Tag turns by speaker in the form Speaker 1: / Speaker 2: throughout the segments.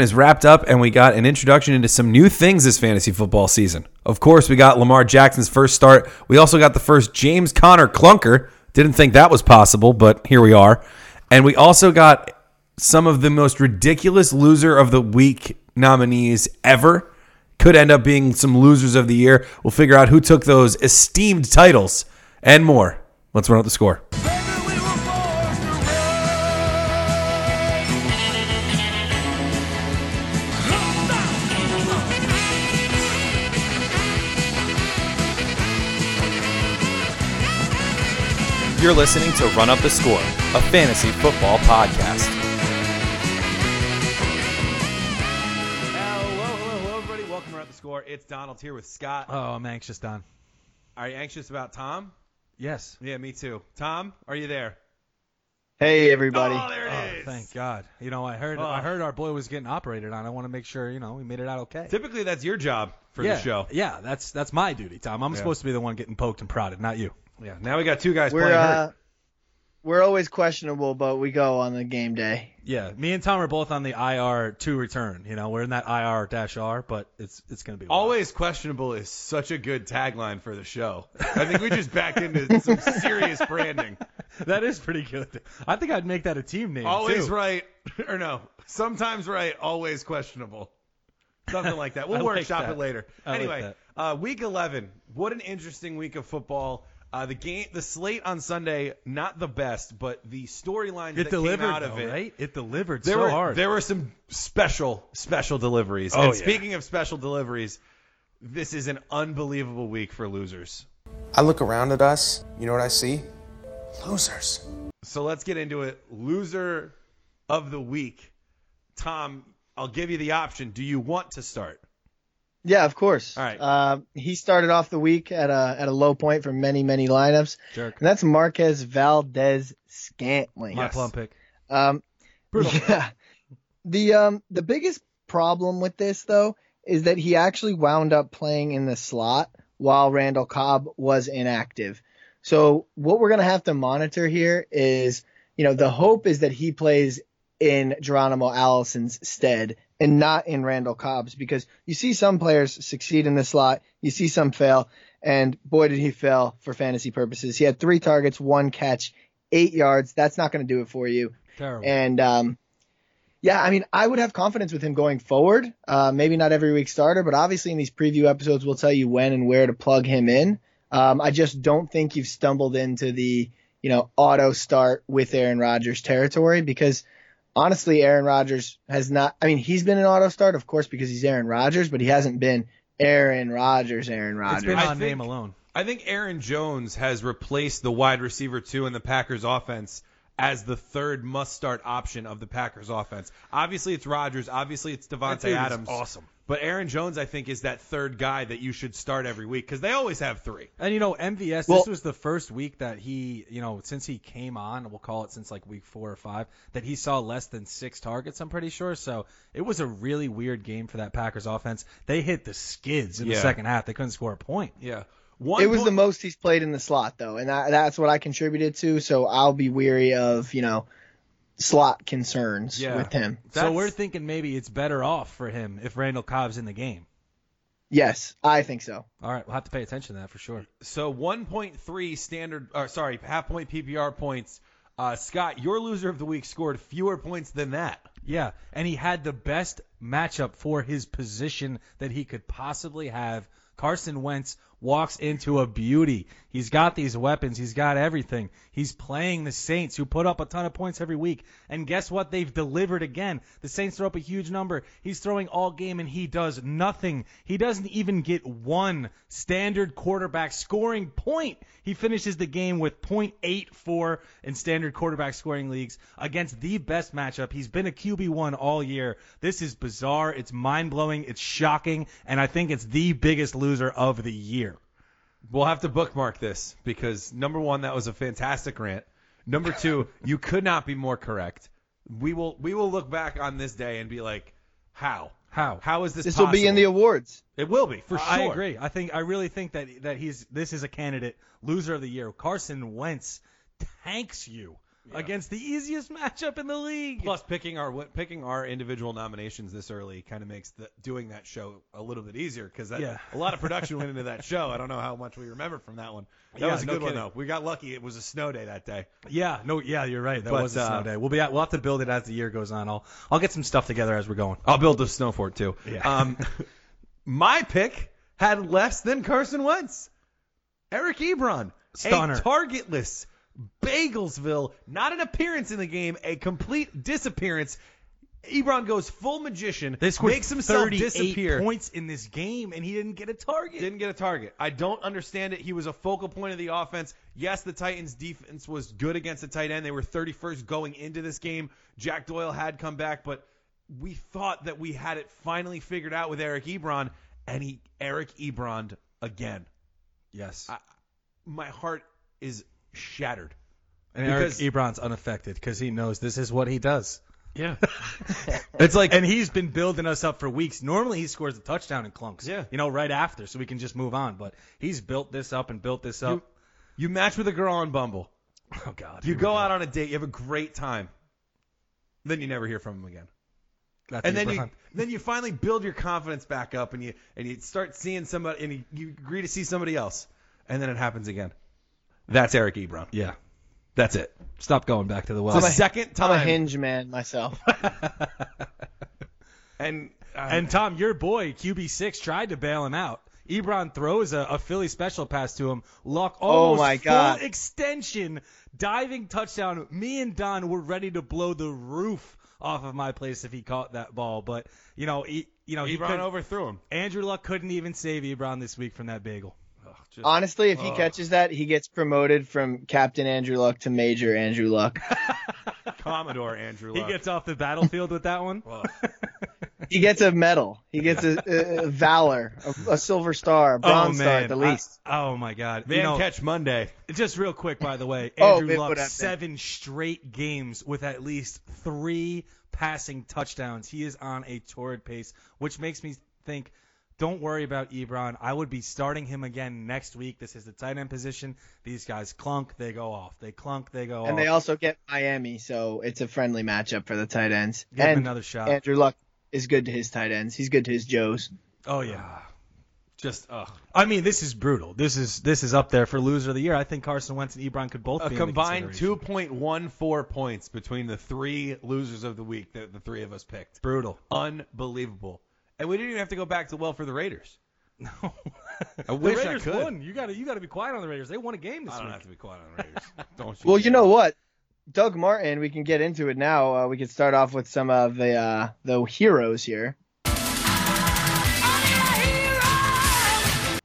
Speaker 1: is wrapped up, and we got an introduction into some new things this fantasy football season. Of course, we got Lamar Jackson's first start. We also got the first James Conner clunker. Didn't think that was possible, but here we are. And we also got some of the most ridiculous loser of the week nominees ever. Could end up being some losers of the year. We'll figure out who took those esteemed titles and more. Let's run up the score.
Speaker 2: You're listening to Run Up the Score, a fantasy football podcast.
Speaker 1: Hello, hello, hello, everybody. Welcome to Run Up the Score. It's Donald here with Scott.
Speaker 3: Oh, I'm anxious, Don.
Speaker 1: Are you anxious about Tom?
Speaker 3: Yes.
Speaker 1: Yeah, me too. Tom, are you there?
Speaker 4: Hey everybody.
Speaker 1: Oh, there it
Speaker 3: Oh,
Speaker 1: is.
Speaker 3: thank God. You know, I heard I
Speaker 1: Oh.
Speaker 3: heard our boy was getting operated on. I want to make sure you know we made it out okay.
Speaker 1: Typically, that's your job for
Speaker 3: yeah,
Speaker 1: the show.
Speaker 3: Yeah, that's that's my duty, Tom. I'm
Speaker 1: Yeah.
Speaker 3: supposed to be the one getting poked and prodded, not you.
Speaker 1: Yeah. Now we got two guys
Speaker 4: We're
Speaker 1: playing
Speaker 4: uh,
Speaker 1: hurt.
Speaker 4: we're always questionable, but we go on the game day.
Speaker 3: Yeah, me and Tom are both on the IR two return. You know, we're in that IR dash R, but it's it's gonna be a while.
Speaker 1: Always questionable is such a good tagline for the show. I think we just backed into some serious branding.
Speaker 3: that is pretty good. I think I'd make that a team name.
Speaker 1: Always
Speaker 3: too.
Speaker 1: right, or no, sometimes right, always questionable. Something like that. We'll
Speaker 3: I like
Speaker 1: workshop
Speaker 3: that.
Speaker 1: it later.
Speaker 3: I like
Speaker 1: anyway,
Speaker 3: that.
Speaker 1: uh, week 11. What an interesting week of football. Uh, the game, the slate on Sunday, not the best, but the storylines
Speaker 3: It
Speaker 1: that
Speaker 3: delivered,
Speaker 1: came out of
Speaker 3: though,
Speaker 1: it.
Speaker 3: right? It delivered
Speaker 1: There
Speaker 3: so
Speaker 1: were
Speaker 3: hard.
Speaker 1: there were some special special deliveries.
Speaker 3: Oh,
Speaker 1: and
Speaker 3: yeah.
Speaker 1: speaking of special deliveries, this is an unbelievable week for losers.
Speaker 5: I look around at us, you know what I see? Losers.
Speaker 1: So let's get into it. Loser of the week. Tom, I'll give you the option. Do you want to start?
Speaker 4: Yeah, of course.
Speaker 1: All right.
Speaker 4: Uh, he started off the week at a at a low point for many many lineups,
Speaker 3: Jerk.
Speaker 4: and that's Marquez Valdez Scantling.
Speaker 3: My
Speaker 1: Yes.
Speaker 3: plum pick.
Speaker 4: Um,
Speaker 3: Brutal.
Speaker 4: Yeah. The um the biggest problem with this though is that he actually wound up playing in the slot while Randall Cobb was inactive. So what we're gonna have to monitor here is, you know, the hope is that he plays in Geronimo Allison's stead and not in Randall Cobb's because you see some players succeed in the slot, you see some fail, and boy did he fail for fantasy purposes. He had three targets, one catch, eight yards. That's not gonna do it for you.
Speaker 3: Terrible.
Speaker 4: And um, yeah, I mean, I would have confidence with him going forward. Uh, maybe not every week starter, but obviously in these preview episodes, we'll tell you when and where to plug him in. Um, I just don't think you've stumbled into the you know auto start with Aaron Rodgers territory because honestly, Aaron Rodgers has not. I mean, he's been an auto start, of course, because he's Aaron Rodgers, but he hasn't been Aaron Rodgers, Aaron Rodgers.
Speaker 3: it's been
Speaker 1: I
Speaker 3: on
Speaker 1: think-
Speaker 3: name alone.
Speaker 1: I think Aaron Jones has replaced the wide receiver two in the Packers offense as the third must start option of the Packers offense. Obviously it's Rodgers, obviously it's
Speaker 3: That
Speaker 1: Devontae
Speaker 3: dude is
Speaker 1: Adams.
Speaker 3: Awesome.
Speaker 1: But Aaron Jones I think is that third guy that you should start every week cuz they always have 3.
Speaker 3: And you know, MVS,
Speaker 4: Well-
Speaker 3: this was the first week that he, you know, since he came on, we'll call it since like week four or five, that he saw less than six targets, I'm pretty sure. So it was a really weird game for that Packers offense. They hit the skids in
Speaker 1: Yeah.
Speaker 3: the second half. They couldn't score a point.
Speaker 1: Yeah. One
Speaker 4: it was
Speaker 1: point-
Speaker 4: the most he's played in the slot though, and that, that's what I contributed to. So I'll be weary of you know slot concerns
Speaker 1: Yeah.
Speaker 4: with him.
Speaker 3: so
Speaker 1: That's-
Speaker 3: we're thinking maybe it's better off for him if Randall Cobb's in the game.
Speaker 4: Yes, I think so.
Speaker 3: All right, we'll have to pay attention to that for sure.
Speaker 1: So 1.3 standard, or sorry, half point PPR points. Uh, Scott, your loser of the week scored fewer points than that.
Speaker 3: Yeah, and he had the best matchup for his position that he could possibly have. Carson Wentz walks into a beauty. He's got these weapons, he's got everything. He's playing the Saints, who put up a ton of points every week. And guess what? They've delivered again. The Saints throw up a huge number. He's throwing all game, and he does nothing. He doesn't even get one standard quarterback scoring point. He finishes the game with .84 in standard quarterback scoring leagues against the best matchup. He's been a QB1 all year. This is bizarre. It's mind-blowing. It's shocking. And I think it's the biggest loser of the year.
Speaker 1: We'll have to bookmark this because number one, that was a fantastic rant. Number two, you could not be more correct. We will we will look back on this day and be like, how
Speaker 3: How?
Speaker 1: how is this?
Speaker 4: This will be in the awards.
Speaker 1: It will be for
Speaker 3: I
Speaker 1: sure.
Speaker 3: agree. I think I really think that that he's this is a candidate loser of the year. Carson Wentz tanks you. against the easiest matchup in the league.
Speaker 1: Plus, picking our picking our individual nominations this early kind of makes the, doing that show a little bit easier because
Speaker 3: Yeah.
Speaker 1: a lot of production went into that show. I don't know how much we remember from that one. That
Speaker 3: Yeah,
Speaker 1: was a
Speaker 3: no
Speaker 1: good one
Speaker 3: kidding.
Speaker 1: though. We got lucky. It was a snow day that day.
Speaker 3: Yeah, no, yeah, you're right. That
Speaker 1: But,
Speaker 3: was a snow
Speaker 1: uh,
Speaker 3: day. We'll be at, we'll have to build it as the year goes on. I'll I'll get some stuff together as we're going.
Speaker 1: I'll build a snow fort too.
Speaker 3: Yeah.
Speaker 1: Um, my pick had less than Carson Wentz. Eric Ebron,
Speaker 3: Stunner.
Speaker 1: a targetless Bagelsville, not an appearance in the game, a complete disappearance. Ebron goes full magician,
Speaker 3: They scored
Speaker 1: makes himself
Speaker 3: 38
Speaker 1: disappear.
Speaker 3: points in this game, and he didn't get a target.
Speaker 1: Didn't get a target. I don't understand it. He was a focal point of the offense. Yes, the Titans' defense was good against the tight end. They were 31st going into this game. Jack Doyle had come back, but we thought that we had it finally figured out with Eric Ebron, and he Eric Ebron again.
Speaker 3: yes,
Speaker 1: My heart is shattered.
Speaker 3: and Eric
Speaker 1: because-
Speaker 3: Ebron's unaffected because he knows this is what he does.
Speaker 1: Yeah.
Speaker 3: It's like, and he's been building us up for weeks. Normally, he scores a touchdown in clunks.
Speaker 1: Yeah.
Speaker 3: you know, right after, so we can just move on. But he's built this up and built this up.
Speaker 1: You match with a girl on Bumble.
Speaker 3: oh God,
Speaker 1: You go out on a date. You have a great time. Then you never hear from him again.
Speaker 3: That's
Speaker 1: and then you
Speaker 3: Ebron.
Speaker 1: then you finally build your confidence back up and you and you start seeing somebody and you, you agree to see somebody else and then it happens again that's eric ebron
Speaker 3: yeah,
Speaker 1: that's it
Speaker 3: stop going back to the well.
Speaker 1: the second
Speaker 4: I'm a
Speaker 1: time
Speaker 4: hinge man myself.
Speaker 1: and
Speaker 3: And Tom, your boy QB6 tried to bail him out. Ebron throws a, a Philly special pass to him. Luck almost
Speaker 4: Oh my
Speaker 3: full
Speaker 4: God.
Speaker 3: extension diving touchdown. Me and Don were ready to blow the roof off of my place if he caught that ball, but you know, he, you know, he
Speaker 1: ebron
Speaker 3: couldn't-
Speaker 1: overthrew him
Speaker 3: Andrew Luck couldn't even save Ebron this week from that bagel.
Speaker 4: Honestly, if he
Speaker 3: uh,
Speaker 4: catches that, he gets promoted from Captain Andrew Luck to Major Andrew Luck.
Speaker 1: commodore andrew uh,
Speaker 3: He
Speaker 1: Luck.
Speaker 3: gets off the battlefield with that one.
Speaker 4: He gets a medal. He gets a, a, a valor, a, a silver star, a bronze star at the
Speaker 3: Oh, I-
Speaker 4: least.
Speaker 3: oh my God!
Speaker 1: man
Speaker 3: you know,
Speaker 1: catch monday
Speaker 3: Just real quick, by the way,
Speaker 4: Oh,
Speaker 3: Andrew
Speaker 4: it
Speaker 3: Luck
Speaker 4: would have been.
Speaker 3: seven straight games with at least three passing touchdowns. He is on a torrid pace, which makes me think. Don't worry about Ebron. I would be starting him again next week. This is the tight end position. These guys clunk, they go off. They clunk, they go
Speaker 4: and
Speaker 3: off.
Speaker 4: they also get Miami, so it's a friendly matchup for the tight ends.
Speaker 3: Give him
Speaker 4: and
Speaker 3: another shot.
Speaker 4: Andrew Luck is good to his tight ends. He's good to his Joes.
Speaker 3: oh
Speaker 1: Um,
Speaker 3: yeah.
Speaker 1: just ugh.
Speaker 3: I mean, this is brutal. This is this is up there for loser of the year. I think Carson Wentz and Ebron could both
Speaker 1: a
Speaker 3: be in the
Speaker 1: combined
Speaker 3: consideration.
Speaker 1: 2.14 points between the three losers of the week that the three of us picked
Speaker 3: brutal.
Speaker 1: unbelievable and we didn't even have to go back to well for the raiders I
Speaker 3: The
Speaker 1: wish I
Speaker 3: Raiders
Speaker 1: could.
Speaker 3: won. You got to you got to be quiet on the Raiders. They won a game this
Speaker 1: i don't
Speaker 3: week.
Speaker 1: have to be quiet on the raiders don't
Speaker 4: Well, you
Speaker 1: dare.
Speaker 4: know what? Doug Martin, we can get into it now. Uh, we can start off with some of the uh, the heroes here.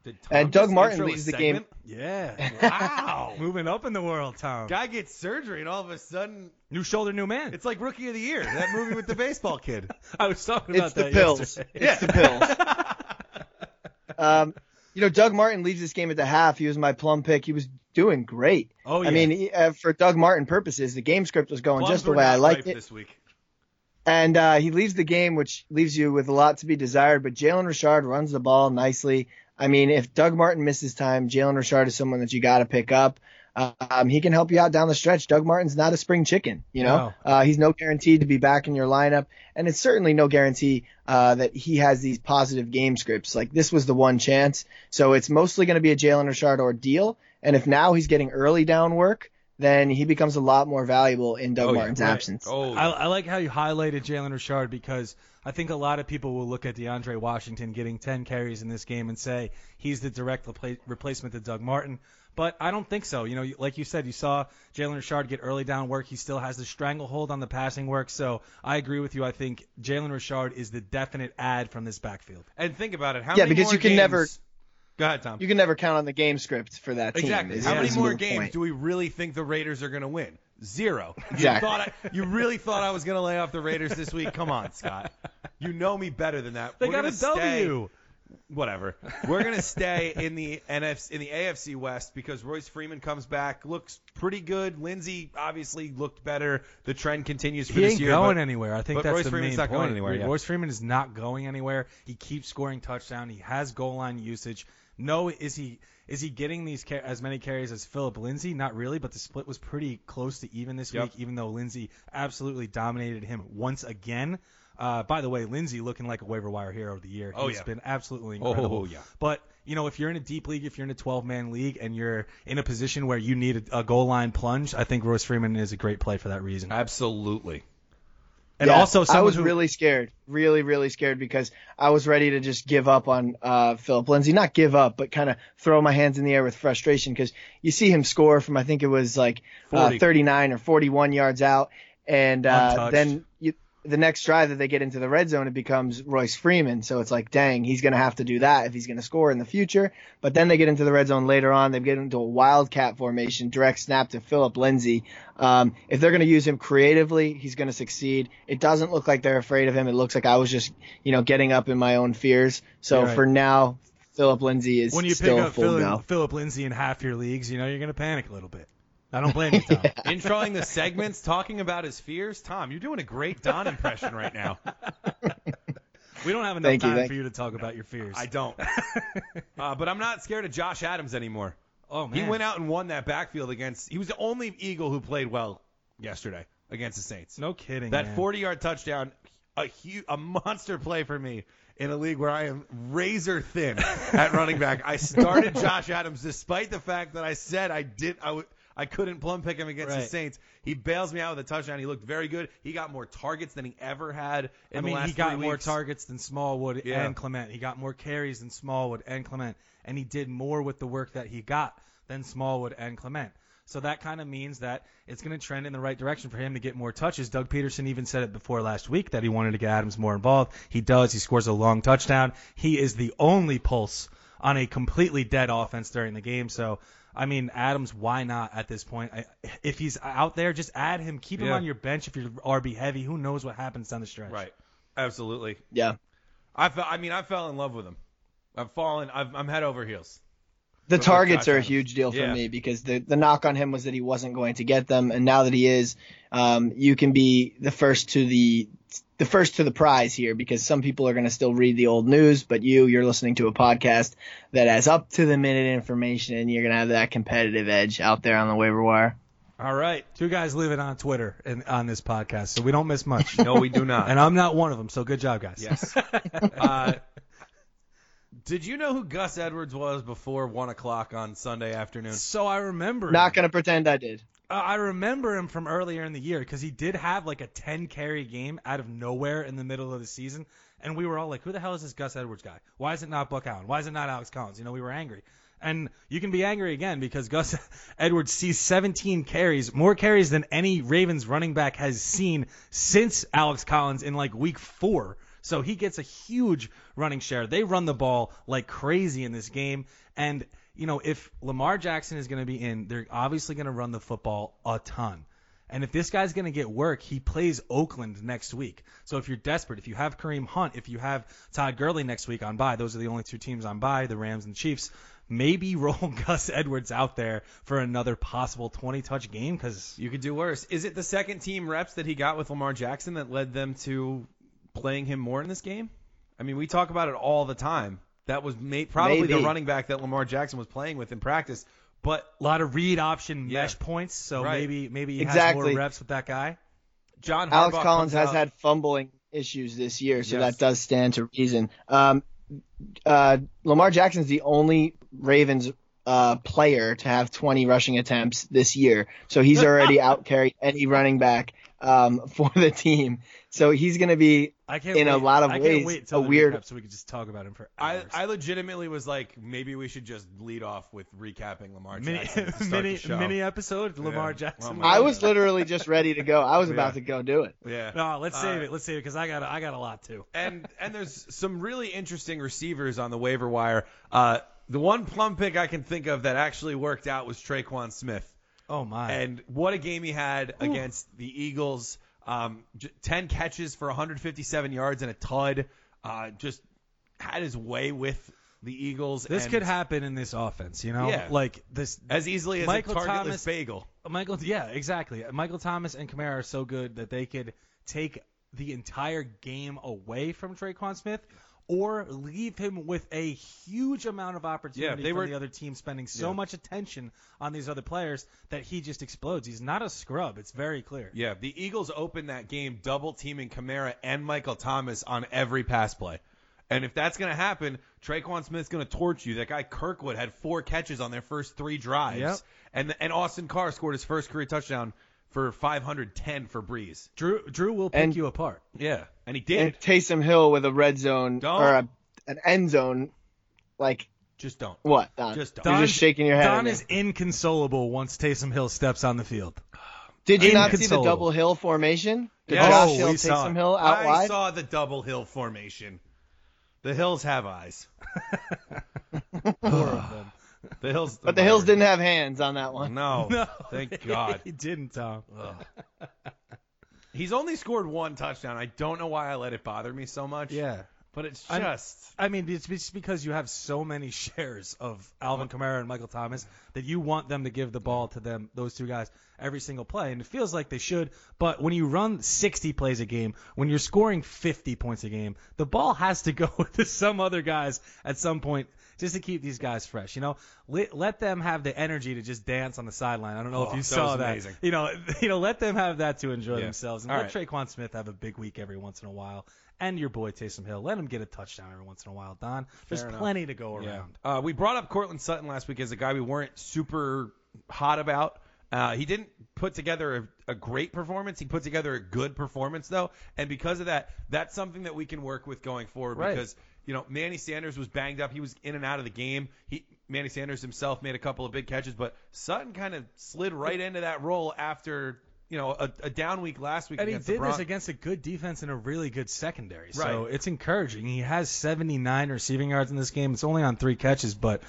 Speaker 1: Did Tom
Speaker 4: And Doug
Speaker 1: just
Speaker 4: Martin
Speaker 1: intro a
Speaker 4: leads the game.
Speaker 1: segment?
Speaker 3: Yeah.
Speaker 1: Wow.
Speaker 3: Moving up in the world, Tom.
Speaker 1: Guy gets surgery, and all of a sudden,
Speaker 3: new shoulder, new man.
Speaker 1: it's like Rookie of the Year, that movie with the baseball kid.
Speaker 3: I was talking
Speaker 4: It's the pills. It's the pills. um, you know, Doug Martin leaves this game at the half. He was my plum pick. He was doing great.
Speaker 3: Oh, yeah.
Speaker 4: I mean, he- uh, for Doug Martin purposes, the game script was going just
Speaker 1: Plums
Speaker 4: the
Speaker 1: were
Speaker 4: way
Speaker 1: not
Speaker 4: I liked
Speaker 1: ripe
Speaker 4: it.
Speaker 1: this week.
Speaker 4: And uh, he leaves the game, which leaves you with a lot to be desired. But Jalen Richard runs the ball nicely. I mean, if Doug Martin misses time, Jalen Richard is someone that you got to pick up. Uh, Um, he can help you out down the stretch. Doug Martin's not a spring chicken, you know.
Speaker 3: No.
Speaker 4: Uh, he's no guarantee to be back in your lineup, and it's certainly no guarantee uh, that he has these positive game scripts. Like this was the one chance, so it's mostly going to be a Jalen Richard ordeal. And if now he's getting early down work, then he becomes a lot more valuable in Doug Martin's absence.
Speaker 1: Oh,
Speaker 3: I, I like how you highlighted Jalen Richard because I think a lot of people will look at DeAndre Washington getting 10 carries in this game and say he's the direct repla- replacement to Doug Martin. But I don't think so. You know, you- like you said, you saw Jalen Richard get early down work. He still has the stranglehold on the passing work. So I agree with you. I think Jalen Richard is the definite add from this backfield.
Speaker 1: and think about it. How
Speaker 4: Yeah,
Speaker 1: many
Speaker 4: because
Speaker 1: more
Speaker 4: you can
Speaker 1: games-
Speaker 4: never-
Speaker 1: Go ahead, Tom.
Speaker 4: you can never count on the game script for that team.
Speaker 1: Exactly.
Speaker 4: is-
Speaker 1: How
Speaker 4: is
Speaker 1: many
Speaker 4: the
Speaker 1: more
Speaker 4: point.
Speaker 1: games do we really think the Raiders are going to win? Zero. You
Speaker 4: Exactly.
Speaker 1: thought I, you really thought I was going to lay off the Raiders this week? Come on, Scott. You know me better than that.
Speaker 3: They
Speaker 1: We're
Speaker 3: got a
Speaker 1: gonna stay-
Speaker 3: W.
Speaker 1: whatever. We're gonna stay in the NFC in the AFC West because Royce Freeman comes back, looks pretty good. Lindsey obviously looked better. The trend continues for
Speaker 3: He
Speaker 1: this
Speaker 3: ain't
Speaker 1: year.
Speaker 3: going
Speaker 1: but
Speaker 3: anywhere. I think
Speaker 1: but
Speaker 3: that's
Speaker 1: Royce
Speaker 3: the
Speaker 1: Freeman's
Speaker 3: main
Speaker 1: not going
Speaker 3: point.
Speaker 1: anywhere, yeah.
Speaker 3: Royce Freeman is not going anywhere. He keeps scoring touchdown. He has goal line usage. No, is he Is he getting these car- as many carries as Philip Lindsay? Not really, but the split was pretty close to even this
Speaker 6: Yep.
Speaker 3: week, even though Lindsay absolutely dominated him once again. Uh, by the way, Lindsay looking like a waiver wire hero of the year.
Speaker 6: Oh,
Speaker 3: He's
Speaker 6: yeah.
Speaker 3: been absolutely
Speaker 6: Oh,
Speaker 3: incredible.
Speaker 6: yeah.
Speaker 3: But you know, if you're in a deep league, if you're in a 12 man league, and you're in a position where you need a, a goal line plunge, I think Royce Freeman is a great play for that reason.
Speaker 6: Absolutely.
Speaker 3: and
Speaker 4: Yeah,
Speaker 3: also, someone
Speaker 4: I was
Speaker 3: who,
Speaker 4: really scared, really, really scared because I was ready to just give up on uh, Philip Lindsay. Not give up, but kind of throw my hands in the air with frustration because you see him score from I think it was like uh,
Speaker 6: 40.
Speaker 4: 39 or 41 yards out, and uh,
Speaker 3: Untouched.
Speaker 4: then you, the next drive that they get into the red zone, it becomes Royce Freeman. So it's like, dang, he's going to have to do that if he's going to score in the future. But then they get into the red zone later on. They get into a wildcat formation, direct snap to Philip Lindsay. Um, if they're going to use him creatively, he's going to succeed. It doesn't look like they're afraid of him. It looks like I was just, you know, getting up in my own fears. So
Speaker 3: You're right.
Speaker 4: for now, Philip Lindsay is
Speaker 3: when you
Speaker 4: still
Speaker 3: pick
Speaker 4: a
Speaker 3: up
Speaker 4: full
Speaker 3: Philip,
Speaker 4: go.
Speaker 3: Philip Lindsay in half your leagues, you know you're gonna panic a little bit. I don't blame you, Tom.
Speaker 6: Introing the
Speaker 7: Segments talking about his fears. Tom, you're doing a great Don impression right now.
Speaker 3: We don't have enough
Speaker 4: Thank you,
Speaker 3: time
Speaker 4: thank
Speaker 3: for you to talk about your fears.
Speaker 7: I don't. Uh, but I'm not scared of Josh Adams anymore.
Speaker 3: oh man,
Speaker 7: He went out and won that backfield against. He was the only Eagle who played well yesterday against the Saints.
Speaker 3: No kidding.
Speaker 7: That
Speaker 3: man.
Speaker 7: 40 yard touchdown, a huge, a monster play for me in a league where I am razor thin at running back. I started Josh Adams despite the fact that I said I did I would. I couldn't plum pick him against the
Speaker 3: Right.
Speaker 7: Saints. He bails me out with a touchdown. He looked very good. He got more targets than he ever had in the
Speaker 3: I mean,
Speaker 7: last
Speaker 3: he got
Speaker 7: three
Speaker 3: more
Speaker 7: weeks.
Speaker 3: targets than Smallwood
Speaker 7: Yeah.
Speaker 3: and Clement. He got more carries than Smallwood and Clement, and he did more with the work that he got than Smallwood and Clement. So that kind of means that it's going to trend in the right direction for him to get more touches. Doug Peterson even said it before last week that he wanted to get Adams more involved. He does. He scores a long touchdown. He is the only pulse on a completely dead offense during the game. So, I mean, Adams, why not at this point? I, if he's out there, just add him. Keep him
Speaker 7: Yeah.
Speaker 3: on your bench if you're RB heavy. Who knows what happens down the stretch?
Speaker 7: Right. Absolutely.
Speaker 4: Yeah.
Speaker 7: I fell, I mean, I fell in love with him. I've fallen. I've, I'm head over heels.
Speaker 4: the
Speaker 7: Josh
Speaker 4: targets are a
Speaker 7: Adams.
Speaker 4: huge deal for
Speaker 7: Yeah.
Speaker 4: me because the the knock on him was that he wasn't going to get them, and now that he is, um, you can be the first to the the first to the prize here because some people are going to still read the old news, but you you're listening to a podcast that has up to the minute information, and you're going to have that competitive edge out there on the waiver wire.
Speaker 7: All right.
Speaker 3: Two guys live it on Twitter and on this podcast, so we don't miss much.
Speaker 7: No, we do not.
Speaker 3: And I'm not one of them, so good job, guys.
Speaker 7: Yes. uh, did you know who Gus Edwards was before one o'clock on Sunday afternoon?
Speaker 3: So I remember.
Speaker 4: Not
Speaker 3: him.
Speaker 4: going to pretend I did.
Speaker 3: Uh, I remember him from earlier in the year because he did have like a 10 carry game out of nowhere in the middle of the season, and we were all like, "Who the hell is this Gus Edwards guy? Why is it not Buck Allen? Why is it not Alex Collins?" You know, we were angry. And you can be angry again because Gus Edwards sees 17 carries, more carries than any Ravens running back has seen since Alex Collins in like week four. So he gets a huge running share. They run the ball like crazy in this game. And, you know, if Lamar Jackson is going to be in, they're obviously going to run the football a ton. And if this guy's going to get work, he plays Oakland next week. So if you're desperate, if you have Kareem Hunt, if you have Todd Gurley next week on bye, those are the only two teams on bye, the Rams and the Chiefs. Maybe roll Gus Edwards out there for another possible 20 touch game because
Speaker 7: You could do worse. Is it the second team reps that he got with Lamar Jackson that led them to playing him more in this game? I mean, we talk about it all the time. That was ma- probably the
Speaker 4: Maybe.
Speaker 7: running back that Lamar Jackson was playing with in practice, but
Speaker 3: a lot of read option
Speaker 7: Yeah.
Speaker 3: mesh points. So
Speaker 7: Right.
Speaker 3: maybe maybe he has
Speaker 4: Exactly.
Speaker 3: more reps with that guy.
Speaker 7: John
Speaker 4: Alex
Speaker 7: Harbaugh
Speaker 4: Collins
Speaker 7: comes
Speaker 4: has
Speaker 7: out-
Speaker 4: had fumbling issues this year, so
Speaker 7: Yes.
Speaker 4: that does stand to reason. Um, uh, Lamar Jackson's the only Ravens uh, player to have 20 rushing attempts this year, so he's already outcarried any running back um, for the team. So he's going to be
Speaker 3: I can't
Speaker 4: In a
Speaker 3: wait.
Speaker 4: lot of
Speaker 3: I
Speaker 4: ways,
Speaker 3: can't wait till
Speaker 4: a
Speaker 3: the
Speaker 4: weird-
Speaker 3: recap so we could just talk about him for
Speaker 7: I,
Speaker 3: hours.
Speaker 7: I legitimately was like, maybe we should just lead off with recapping Lamar
Speaker 3: mini
Speaker 7: Jackson. to start
Speaker 3: mini,
Speaker 7: the show.
Speaker 3: mini episode of Lamar
Speaker 7: Yeah.
Speaker 3: Jackson.
Speaker 7: Well, my
Speaker 4: I was literally just ready to go. I was
Speaker 7: Oh, Yeah.
Speaker 4: about to go do it.
Speaker 7: yeah.
Speaker 3: no, let's save
Speaker 7: Uh,
Speaker 3: it. Let's save it because I got I got a lot too.
Speaker 7: and and there's some really interesting receivers on the waiver wire. Uh, the one plum pick I can think of that actually worked out was Traquan Smith,
Speaker 3: Oh my.
Speaker 7: and what a game he had against the Eagles. Um, j- ten catches for 157 yards and a tud. Uh, just had his way with the Eagles.
Speaker 3: This
Speaker 7: and
Speaker 3: could happen in this offense, you know?
Speaker 7: Yeah.
Speaker 3: Like this
Speaker 7: as easily as a
Speaker 3: Michael
Speaker 7: targetless
Speaker 3: Thomas-
Speaker 7: bagel.
Speaker 3: Michael yeah, exactly. Michael Thomas and Kamara are so good that they could take the entire game away from Traquan Smith
Speaker 7: or leave him with a huge amount of opportunity
Speaker 3: Yeah, they
Speaker 7: from
Speaker 3: were-
Speaker 7: the other team spending so much attention on these other players that he just explodes. He's not a scrub. It's very clear.
Speaker 3: Yeah, the Eagles opened that game double teaming Kamara and Michael Thomas on every pass play. And if that's going to happen, Traquan Smith's going to torch you. That guy Kirkwood had four catches on their first three drives.
Speaker 7: Yep.
Speaker 3: And and Austin Carr scored his first career touchdown for 510 for Breeze.
Speaker 7: Drew Drew will pick
Speaker 4: And-
Speaker 7: you apart.
Speaker 3: Yeah, and he did.
Speaker 4: And Taysom Hill with a red zone
Speaker 3: Don't-
Speaker 4: or a, an end zone, like
Speaker 3: just don't.
Speaker 4: what? Don?
Speaker 3: Just don't.
Speaker 4: You're just shaking your head.
Speaker 7: Don
Speaker 4: at
Speaker 7: is
Speaker 4: me.
Speaker 7: inconsolable once Taysom Hill steps on the field.
Speaker 4: Did you not see the
Speaker 7: inconsolable.
Speaker 4: double Hill formation? Did
Speaker 3: Yes.
Speaker 4: Josh
Speaker 3: Oh,
Speaker 4: Hill
Speaker 7: we saw
Speaker 4: Taysom
Speaker 7: it.
Speaker 4: Hill out
Speaker 3: I
Speaker 4: wide?
Speaker 3: saw the double hill formation. The hills have eyes. The hills,
Speaker 4: but the Hills didn't have hands on that one.
Speaker 3: No, thank God.
Speaker 7: he didn't, Tom.
Speaker 3: He's only scored one touchdown. I don't know why I let it bother me so much.
Speaker 7: Yeah.
Speaker 3: But it's
Speaker 7: I'm-
Speaker 3: just
Speaker 7: I mean, it's just because you have so many shares of Alvin Kamara and Michael Thomas that you want them to give the ball to them, those two guys, every single play. And it feels like they should. But when you run 60 plays a game, when you're scoring 50 points a game, the ball has to go to some other guys at some point just to keep these guys fresh. You know, let, let them have the energy to just dance on the sideline. I don't know
Speaker 3: Oh,
Speaker 7: if you
Speaker 3: that
Speaker 7: saw
Speaker 3: was
Speaker 7: that.
Speaker 3: amazing.
Speaker 7: You know, you know, let them have that to enjoy
Speaker 3: Yeah.
Speaker 7: themselves, and
Speaker 3: All
Speaker 7: let Traquan Smith have a big week every once in a while. And your boy Taysom Hill, let him get a touchdown every once in a while. Don, there's
Speaker 3: enough.
Speaker 7: plenty to go
Speaker 3: Yeah.
Speaker 7: around.
Speaker 3: Uh, we brought up Cortland Sutton last week as a guy we weren't super hot about. Uh, he didn't put together a, a great performance. He put together a good performance though, and because of that, that's something that we can work with going forward.
Speaker 7: Right.
Speaker 3: Because you know Manny Sanders was banged up. He was in and out of the game. He Manny Sanders himself made a couple of big catches, but Sutton kind of slid right into that role after you know a, a down week last week.
Speaker 7: And he
Speaker 3: against the
Speaker 7: did
Speaker 3: Bron-
Speaker 7: this against a good defense and a really good secondary. So
Speaker 3: Right.
Speaker 7: it's encouraging. He has 79 receiving yards in this game. It's only on three catches, but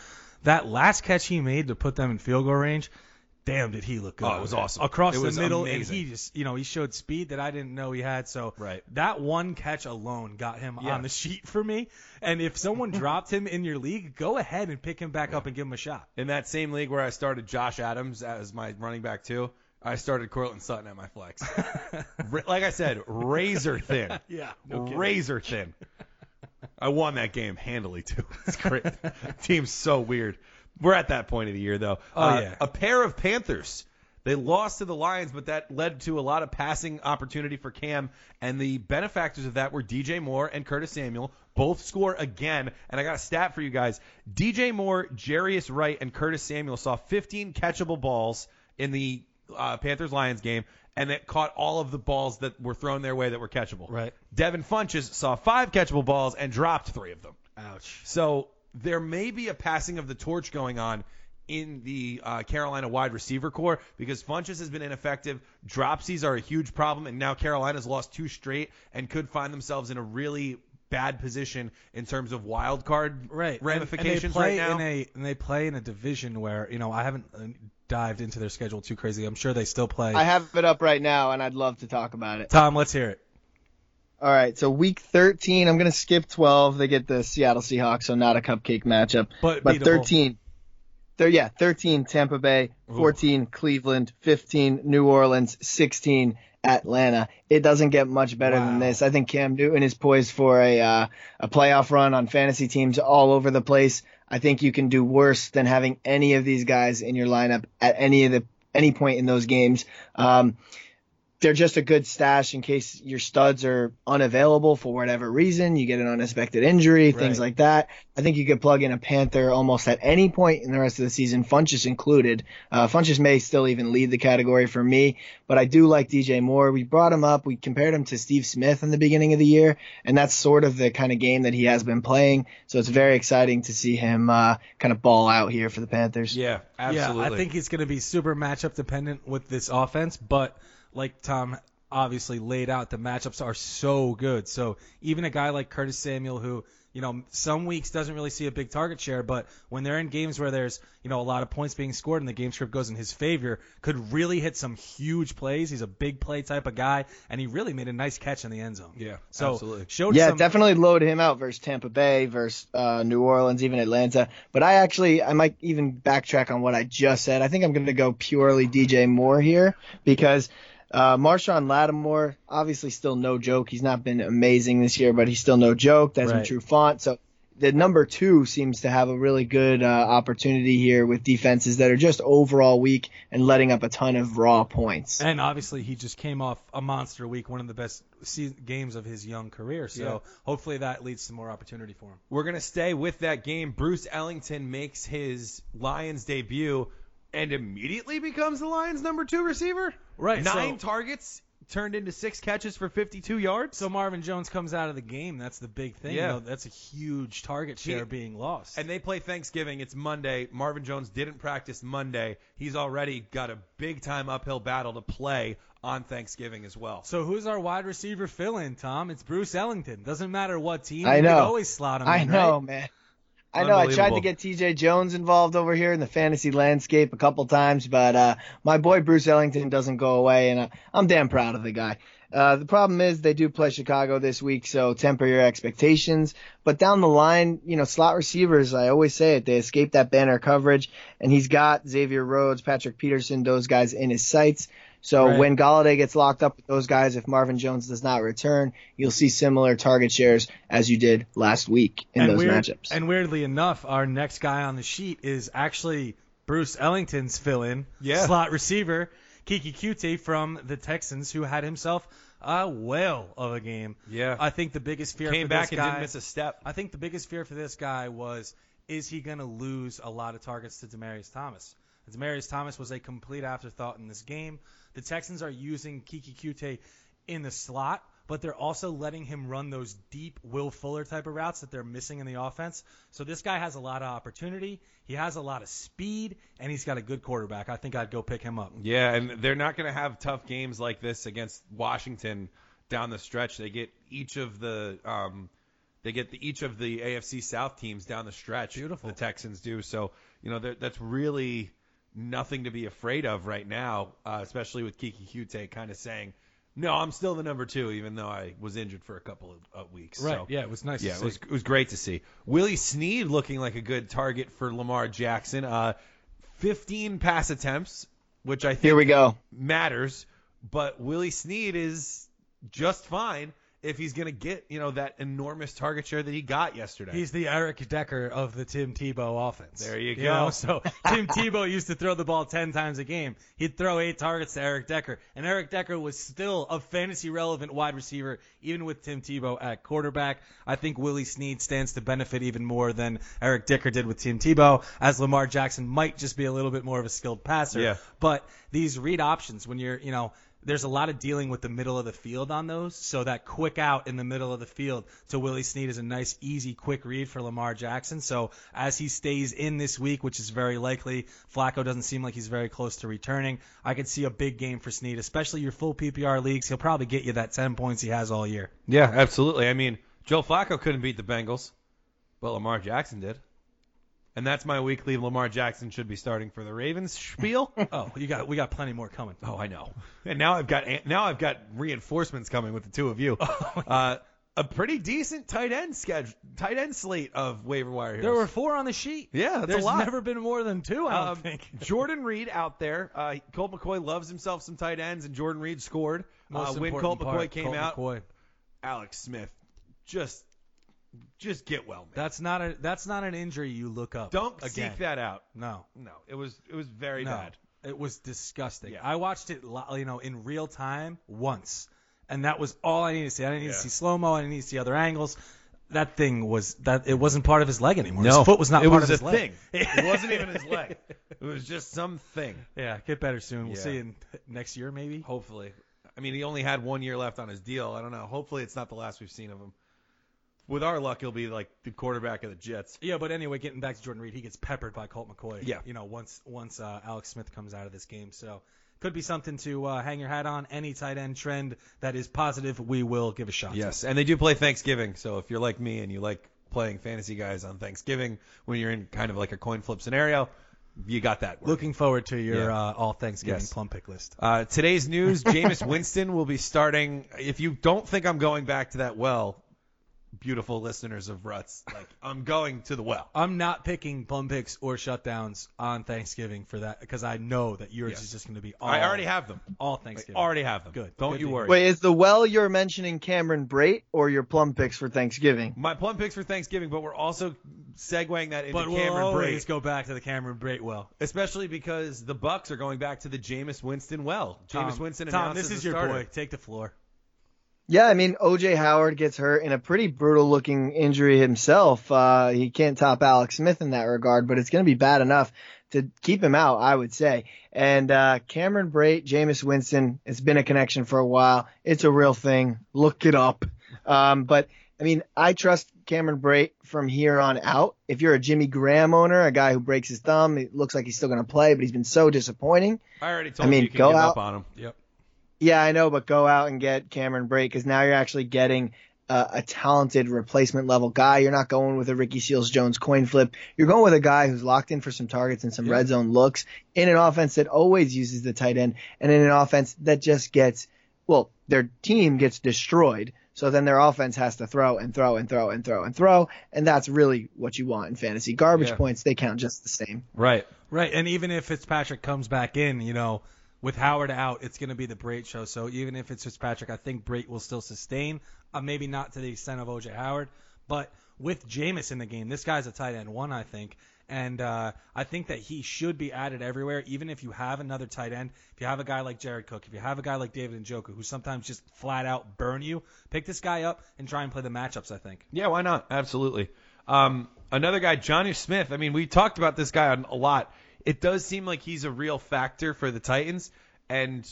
Speaker 7: that last catch he made to put them in field goal range, damn, did he look good.
Speaker 3: Oh, it was awesome.
Speaker 7: Across
Speaker 3: It
Speaker 7: the
Speaker 3: was
Speaker 7: middle,
Speaker 3: amazing.
Speaker 7: and he just, you know, he showed speed that I didn't know he had. So
Speaker 3: Right.
Speaker 7: that one catch alone got him
Speaker 3: Yeah.
Speaker 7: on the sheet for me. And if someone dropped him in your league, go ahead and pick him back up and give him a shot.
Speaker 3: in that same league where I started Josh Adams as my running back too, I started Cortland Sutton at my flex. Ra- like I said, razor thin.
Speaker 7: Yeah.
Speaker 3: razor thin. I won that game handily too. It's great. Team's so weird. We're at that point of the year though. Uh,
Speaker 7: Oh, yeah.
Speaker 3: A pair of Panthers. They lost to the Lions, but that led to a lot of passing opportunity for Cam. And the benefactors of that were DJ Moore and Curtis Samuel. Both score again. And I got a stat for you guys. DJ Moore, Jarius Wright, and Curtis Samuel saw 15 catchable balls in the uh, Panthers Lions game, and it caught all of the balls that were thrown their way that were catchable.
Speaker 7: Right.
Speaker 3: Devin Funches saw five catchable balls and dropped three of them.
Speaker 7: Ouch.
Speaker 3: So there may be a passing of the torch going on in the uh, Carolina wide receiver core because Funches has been ineffective. Dropsies are a huge problem, and now Carolina's lost two straight and could find themselves in a really bad position in terms of wild card
Speaker 7: right And-
Speaker 3: ramifications
Speaker 7: and they play
Speaker 3: right now.
Speaker 7: In a, and they play in a division where you know I haven't uh, dived into their schedule too crazy. I'm sure they still play.
Speaker 4: I have it up right now, and I'd love to talk about it.
Speaker 7: Tom, let's hear it.
Speaker 4: All right, so week 13, I'm going to skip 12. They get the Seattle Seahawks, so not a cupcake matchup.
Speaker 7: But
Speaker 4: but
Speaker 7: beatable.
Speaker 4: 13. Thir- yeah, 13 Tampa Bay, 14 Cleveland, 15 New Orleans, 16 Atlanta. It doesn't get much better than this. I think Cam Newton is poised for a uh, a playoff run on fantasy teams all over the place. I think you can do worse than having any of these guys in your lineup at any of the any point in those games. Um, they're just a good stash in case your studs are unavailable for whatever reason. You get an unexpected injury, things
Speaker 3: Right.
Speaker 4: like that. I think you could plug in a Panther almost at any point in the rest of the season, Funches included. Uh, Funches may still even lead the category for me, but I do like DJ Moore. We brought him up, we compared him to Steve Smith in the beginning of the year, and that's sort of the kind of game that he has been playing. So it's very exciting to see him uh, kind of ball out here for the Panthers.
Speaker 3: yeah, absolutely.
Speaker 7: Yeah, I think it's going to be super matchup dependent with this offense, but like Tom obviously laid out, the matchups are so good. So even a guy like Curtis Samuel, who you know some weeks doesn't really see a big target share, but when they're in games where there's you know a lot of points being scored and the game script goes in his favor, could really hit some huge plays. He's a big play type of guy, and he really made a nice catch in the end zone.
Speaker 3: Yeah,
Speaker 7: so
Speaker 3: absolutely.
Speaker 7: showed
Speaker 4: Yeah,
Speaker 7: some,
Speaker 4: definitely load him out versus Tampa Bay, versus uh, New Orleans, even Atlanta. But I actually, I might even backtrack on what I just said. I think I'm going to go purely DJ Moore here because Uh, Marshawn Lattimore, obviously still no joke. He's not been amazing this year, but he's still no joke. That's
Speaker 7: Right.
Speaker 4: a true font. So the number two seems to have a really good uh, opportunity here with defenses that are just overall weak and letting up a ton of raw points.
Speaker 7: And obviously, he just came off a monster week, one of the best se- games of his young career. So hopefully that leads to more opportunity for him.
Speaker 3: We're going to stay with that game. Bruce Ellington makes his Lions debut and immediately becomes the Lions' number two receiver.
Speaker 7: Right,
Speaker 3: Nine
Speaker 7: so-
Speaker 3: targets turned into six catches for 52 yards.
Speaker 7: So Marvin Jones comes out of the game. That's the big thing.
Speaker 3: Yeah.
Speaker 7: though. that's a huge target share
Speaker 3: He-
Speaker 7: being lost.
Speaker 3: and they play Thanksgiving. It's Monday. Marvin Jones didn't practice Monday. He's already got a big time uphill battle to play on Thanksgiving as well.
Speaker 7: so who's our wide receiver fill-in, Tom? It's Bruce Ellington. Doesn't matter what team.
Speaker 4: I
Speaker 7: you could
Speaker 4: know.
Speaker 7: always slot him.
Speaker 4: I
Speaker 7: in,
Speaker 4: know,
Speaker 7: right?
Speaker 4: man. I know I tried
Speaker 3: Unbelievable.
Speaker 4: to get TJ Jones involved over here in the fantasy landscape a couple times, but uh, my boy Bruce Ellington doesn't go away, and uh, I'm damn proud of the guy. Uh, the problem is they do play Chicago this week, so temper your expectations. But down the line, you know, slot receivers, I always say it, they escape that banner coverage, and he's got Xavier Rhodes, Patrick Peterson, those guys in his sights. So
Speaker 7: Right.
Speaker 4: when Galladay gets locked up with those guys, if Marvin Jones does not return, you'll see similar target shares as you did last week in those
Speaker 7: weird-
Speaker 4: matchups.
Speaker 7: And weirdly enough, our next guy on the sheet is actually Bruce Ellington's fill-in
Speaker 3: Yeah.
Speaker 7: slot receiver, Kiki Cute from the Texans, who had himself a whale of a game.
Speaker 3: Yeah.
Speaker 7: I think the biggest fear
Speaker 3: Came
Speaker 7: for
Speaker 3: back
Speaker 7: this
Speaker 3: and
Speaker 7: guy,
Speaker 3: didn't miss a step.
Speaker 7: I think the biggest fear for this guy was is he going to lose a lot of targets to Demarius Thomas? Demarius Thomas was a complete afterthought in this game. The Texans are using Kiki Kute in the slot, but they're also letting him run those deep Will Fuller type of routes that they're missing in the offense. So this guy has a lot of opportunity. He has a lot of speed, and he's got a good quarterback. I think I'd go pick him up.
Speaker 3: Yeah, and they're not going to have tough games like this against Washington down the stretch. They get each of the um, they get the, each of the AFC South teams down the stretch. Beautiful. The Texans do so. You know they're- that's really nothing to be afraid of right now, uh, especially with Kiki Hute kind of saying, "No, I'm still the number two, even though I was injured for a couple of uh, weeks." So,
Speaker 7: yeah, it was nice.
Speaker 3: yeah, it was it was great to see. Willie Sneed looking like a good target for Lamar Jackson. Uh, 15 pass attempts, which I think
Speaker 4: Here we go.
Speaker 3: matters, but Willie Snead is just fine if he's going to get, you know, that enormous target share that he got yesterday.
Speaker 7: He's the Eric Decker of the Tim Tebow offense.
Speaker 3: There you
Speaker 7: know,
Speaker 3: go.
Speaker 7: so Tim Tebow used to throw the ball ten times a game. He'd throw eight targets to Eric Decker, and Eric Decker was still a fantasy relevant wide receiver, even with Tim Tebow at quarterback. I think Willie Snead stands to benefit even more than Eric Decker did with Tim Tebow, as Lamar Jackson might just be a little bit more of a skilled passer.
Speaker 3: Yeah.
Speaker 7: But these read options, when you're, you know, there's a lot of dealing with the middle of the field on those. So that quick out in the middle of the field to Willie Snead is a nice, easy, quick read for Lamar Jackson. So as he stays in this week, which is very likely, Flacco doesn't seem like he's very close to returning. I could see a big game for Snead, especially your full PPR leagues. He'll probably get you that 10 points he has all year.
Speaker 3: yeah, absolutely. I mean, Joe Flacco couldn't beat the Bengals, but Lamar Jackson did. And that's my weekly Lamar Jackson should be starting for the Ravens spiel.
Speaker 7: Oh, you got we got plenty more coming.
Speaker 3: Oh, I know. And now I've got now I've got reinforcements coming with the two of you.
Speaker 7: Oh,
Speaker 3: Uh, a pretty decent tight end schedule, tight end slate of waiver wire.
Speaker 7: There
Speaker 3: heroes.
Speaker 7: were four on the sheet.
Speaker 3: Yeah, that's a
Speaker 7: There's
Speaker 3: lot.
Speaker 7: never been more than two, I don't
Speaker 3: Um,
Speaker 7: think.
Speaker 3: Jordan Reed out there. Uh, Colt McCoy loves himself some tight ends, and Jordan Reed scored. Uh,
Speaker 7: Most
Speaker 3: when Colt
Speaker 7: important
Speaker 3: McCoy
Speaker 7: part,
Speaker 3: came
Speaker 7: Colt
Speaker 3: out,
Speaker 7: McCoy.
Speaker 3: Alex Smith, just just get well, man.
Speaker 7: That's not a that's not an injury you look up.
Speaker 3: Don't
Speaker 7: again.
Speaker 3: seek that out.
Speaker 7: No.
Speaker 3: No, it was it was very
Speaker 7: no.
Speaker 3: bad.
Speaker 7: It was disgusting.
Speaker 3: Yeah.
Speaker 7: I watched it li- you know in real time once and that was all I needed to see. I didn't need
Speaker 3: Yeah.
Speaker 7: to see slow-mo, I didn't need to see other angles. That thing was that it wasn't part of his leg anymore. his foot was not
Speaker 3: It
Speaker 7: part
Speaker 3: was
Speaker 7: of his
Speaker 3: a
Speaker 7: leg.
Speaker 3: thing. it wasn't even his leg. It was just some thing.
Speaker 7: Yeah, get better soon. We'll
Speaker 3: Yeah.
Speaker 7: see you in next year maybe.
Speaker 3: Hopefully, I mean, he only had one year left on his deal. I don't know. Hopefully, it's not the last we've seen of him. With our luck, he'll be like the quarterback of the Jets.
Speaker 7: Yeah, but anyway, getting back to Jordan Reed, he gets peppered by Colt McCoy.
Speaker 3: Yeah.
Speaker 7: You know, once once uh, Alex Smith comes out of this game, so could be something to uh, hang your hat on. Any tight end trend that is positive, we will give a shot. to.
Speaker 3: Yes, and they do play Thanksgiving. So if you're like me and you like playing fantasy guys on Thanksgiving when you're in kind of like a coin flip scenario, you got that. working.
Speaker 7: Looking forward to your
Speaker 3: Yeah.
Speaker 7: uh, all Thanksgiving
Speaker 3: Yes.
Speaker 7: plum pick list.
Speaker 3: Uh, today's news: Jameis Winston will be starting. If you don't think I'm going back to that well,
Speaker 7: beautiful listeners of Ruts. Like I'm going to the well. I'm not picking bum picks or shutdowns on Thanksgiving for that because I know that yours
Speaker 3: Yes.
Speaker 7: is just going to be all.
Speaker 3: I already have them.
Speaker 7: all
Speaker 3: I
Speaker 7: Thanksgiving.
Speaker 3: already have them.
Speaker 7: Good.
Speaker 3: Don't
Speaker 7: Good
Speaker 3: you
Speaker 7: to
Speaker 3: worry.
Speaker 4: Wait, is the well you're mentioning Cameron Brait or your plum picks for Thanksgiving?
Speaker 3: My plum picks for Thanksgiving, but we're also segueing that into
Speaker 7: but we'll
Speaker 3: Cameron
Speaker 7: always
Speaker 3: Brate,
Speaker 7: go back to the Cameron Brait well.
Speaker 3: especially because the Bucks are going back to the Jameis Winston well. Jameis
Speaker 7: Tom,
Speaker 3: Winston
Speaker 7: Tom,
Speaker 3: announced
Speaker 7: this
Speaker 3: as
Speaker 7: is
Speaker 3: the
Speaker 7: your
Speaker 3: starter.
Speaker 7: boy. Take the floor.
Speaker 4: Yeah, I mean OJ Howard gets hurt in a pretty brutal looking injury himself. Uh, he can't top Alex Smith in that regard, but it's going to be bad enough to keep him out, I would say. And uh, Cameron Brait, Jameis Winston, it's been a connection for a while. It's a real thing. Look it up. Um, but I mean, I trust Cameron Brait from here on out. If you're a Jimmy Graham owner, a guy who breaks his thumb, it looks like he's still going to play, but he's been so disappointing.
Speaker 3: I already told
Speaker 4: I mean,
Speaker 3: you you can
Speaker 4: go
Speaker 3: give
Speaker 4: out-
Speaker 3: up on him.
Speaker 7: Yep.
Speaker 4: Yeah, I know, but go out and get Cameron Bray because now you're actually getting uh, a talented replacement level guy. You're not going with a Ricky Seals Jones coin flip. You're going with a guy who's locked in for some targets and some red zone looks in an offense that always uses the tight end and in an offense that just gets, well, their team gets destroyed. So then their offense has to throw and throw and throw and throw and throw. And that's really what you want in fantasy. Garbage
Speaker 3: Yeah.
Speaker 4: points, they count just the same.
Speaker 3: Right.
Speaker 7: Right, and even if Fitzpatrick comes back in, you know, with Howard out, it's going to be the Brait show. So even if it's Fitzpatrick, I think Brait will still sustain. Uh, maybe not to the extent of OJ Howard, but with Jameis in the game, this guy's a tight end one, I think. And uh, I think that he should be added everywhere, even if you have another tight end. If you have a guy like Jared Cook, if you have a guy like David Njoku, who sometimes just flat out burn you, pick this guy up and try and play the matchups, I think.
Speaker 3: Yeah, why not? Absolutely. Um, another guy, Johnny Smith. I mean, we talked about this guy on- a lot. It does seem like he's a real factor for the Titans, and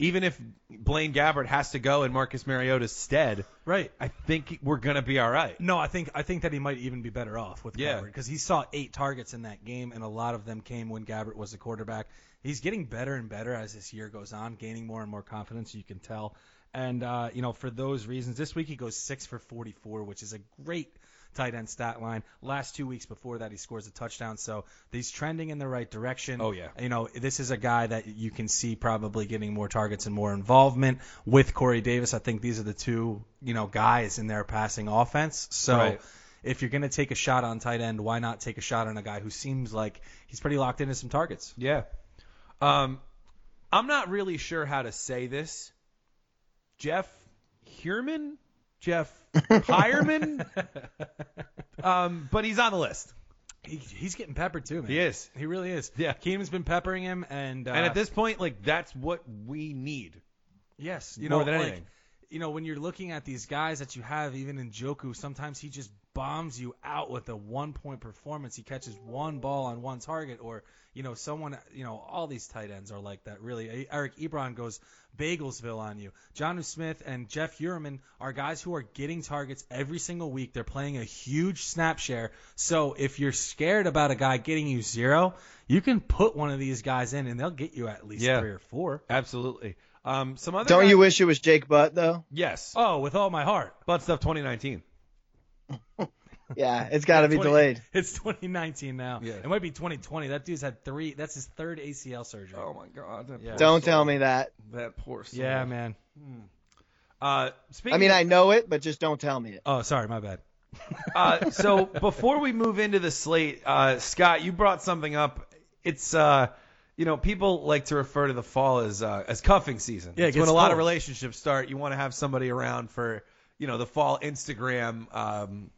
Speaker 3: even if Blaine Gabbert has to go in Marcus Mariota's stead,
Speaker 7: Right.
Speaker 3: I think we're gonna be all right.
Speaker 7: No, I think I think that he might even be better off with
Speaker 3: Yeah.
Speaker 7: Gabbert because he saw eight targets in that game, and a lot of them came when Gabbert was the quarterback. He's getting better and better as this year goes on, gaining more and more confidence. You can tell, and uh, you know for those reasons, this week he goes six for 44, which is a great tight end stat line. Last two weeks before that, he scores a touchdown, so he's trending in the right direction.
Speaker 3: Oh, yeah.
Speaker 7: you know this is a guy that you can see probably getting more targets and more involvement with Corey Davis. I think these are the two you know guys in their passing offense. So
Speaker 3: Right.
Speaker 7: if you're going to take a shot on tight end, why not take a shot on a guy who seems like he's pretty locked into some targets?
Speaker 3: Yeah. Um, I'm not really sure how to say this. Jeff Hierman? Jeff Hireman? um, but he's on the list.
Speaker 7: He, he's getting peppered too, man.
Speaker 3: He is.
Speaker 7: He really is.
Speaker 3: Yeah.
Speaker 7: Keenum's been peppering him, and uh,
Speaker 3: And at this point, like that's what we need.
Speaker 7: yes, you
Speaker 3: more
Speaker 7: know,
Speaker 3: than
Speaker 7: like,
Speaker 3: anything.
Speaker 7: you know, when you're looking at these guys that you have, even in Joku, sometimes he just bombs you out with a one point performance. He catches one ball on one target, or, you know, someone, you know, all these tight ends are like that, really. E, Eric Ebron goes Bagelsville on you. Johnu Smith and Jeff Uhrman are guys who are getting targets every single week. They're playing a huge snap share. So if you're scared about a guy getting you zero, you can put one of these guys in, and they'll get you at least
Speaker 3: Yeah.
Speaker 7: three or four.
Speaker 3: Absolutely. Um, some other
Speaker 4: Don't
Speaker 3: guy-
Speaker 4: you wish it was Jake Butt, though?
Speaker 3: Yes.
Speaker 7: Oh, with all my heart.
Speaker 3: Butt stuff 2019.
Speaker 4: Yeah, it's got to be
Speaker 7: 20
Speaker 4: delayed.
Speaker 7: It's 2019 now.
Speaker 3: Yeah.
Speaker 7: It might be 2020. That dude's had three. That's his third ACL surgery.
Speaker 3: Oh my God. That
Speaker 7: Yeah.
Speaker 4: Don't tell me that.
Speaker 3: That poor. Soul.
Speaker 7: yeah, man.
Speaker 3: Uh, speaking.
Speaker 4: I mean,
Speaker 3: of-
Speaker 4: I know it, but just don't tell me it.
Speaker 7: Oh, sorry, my bad.
Speaker 3: uh, so before we move into the slate, uh, Scott, you brought something up. It's uh, you know, people like to refer to the fall as uh, as cuffing season.
Speaker 7: Yeah, it
Speaker 3: it's when a
Speaker 7: gets
Speaker 3: lot
Speaker 7: cold.
Speaker 3: of relationships start. You want to have somebody around for you know the fall Instagram um,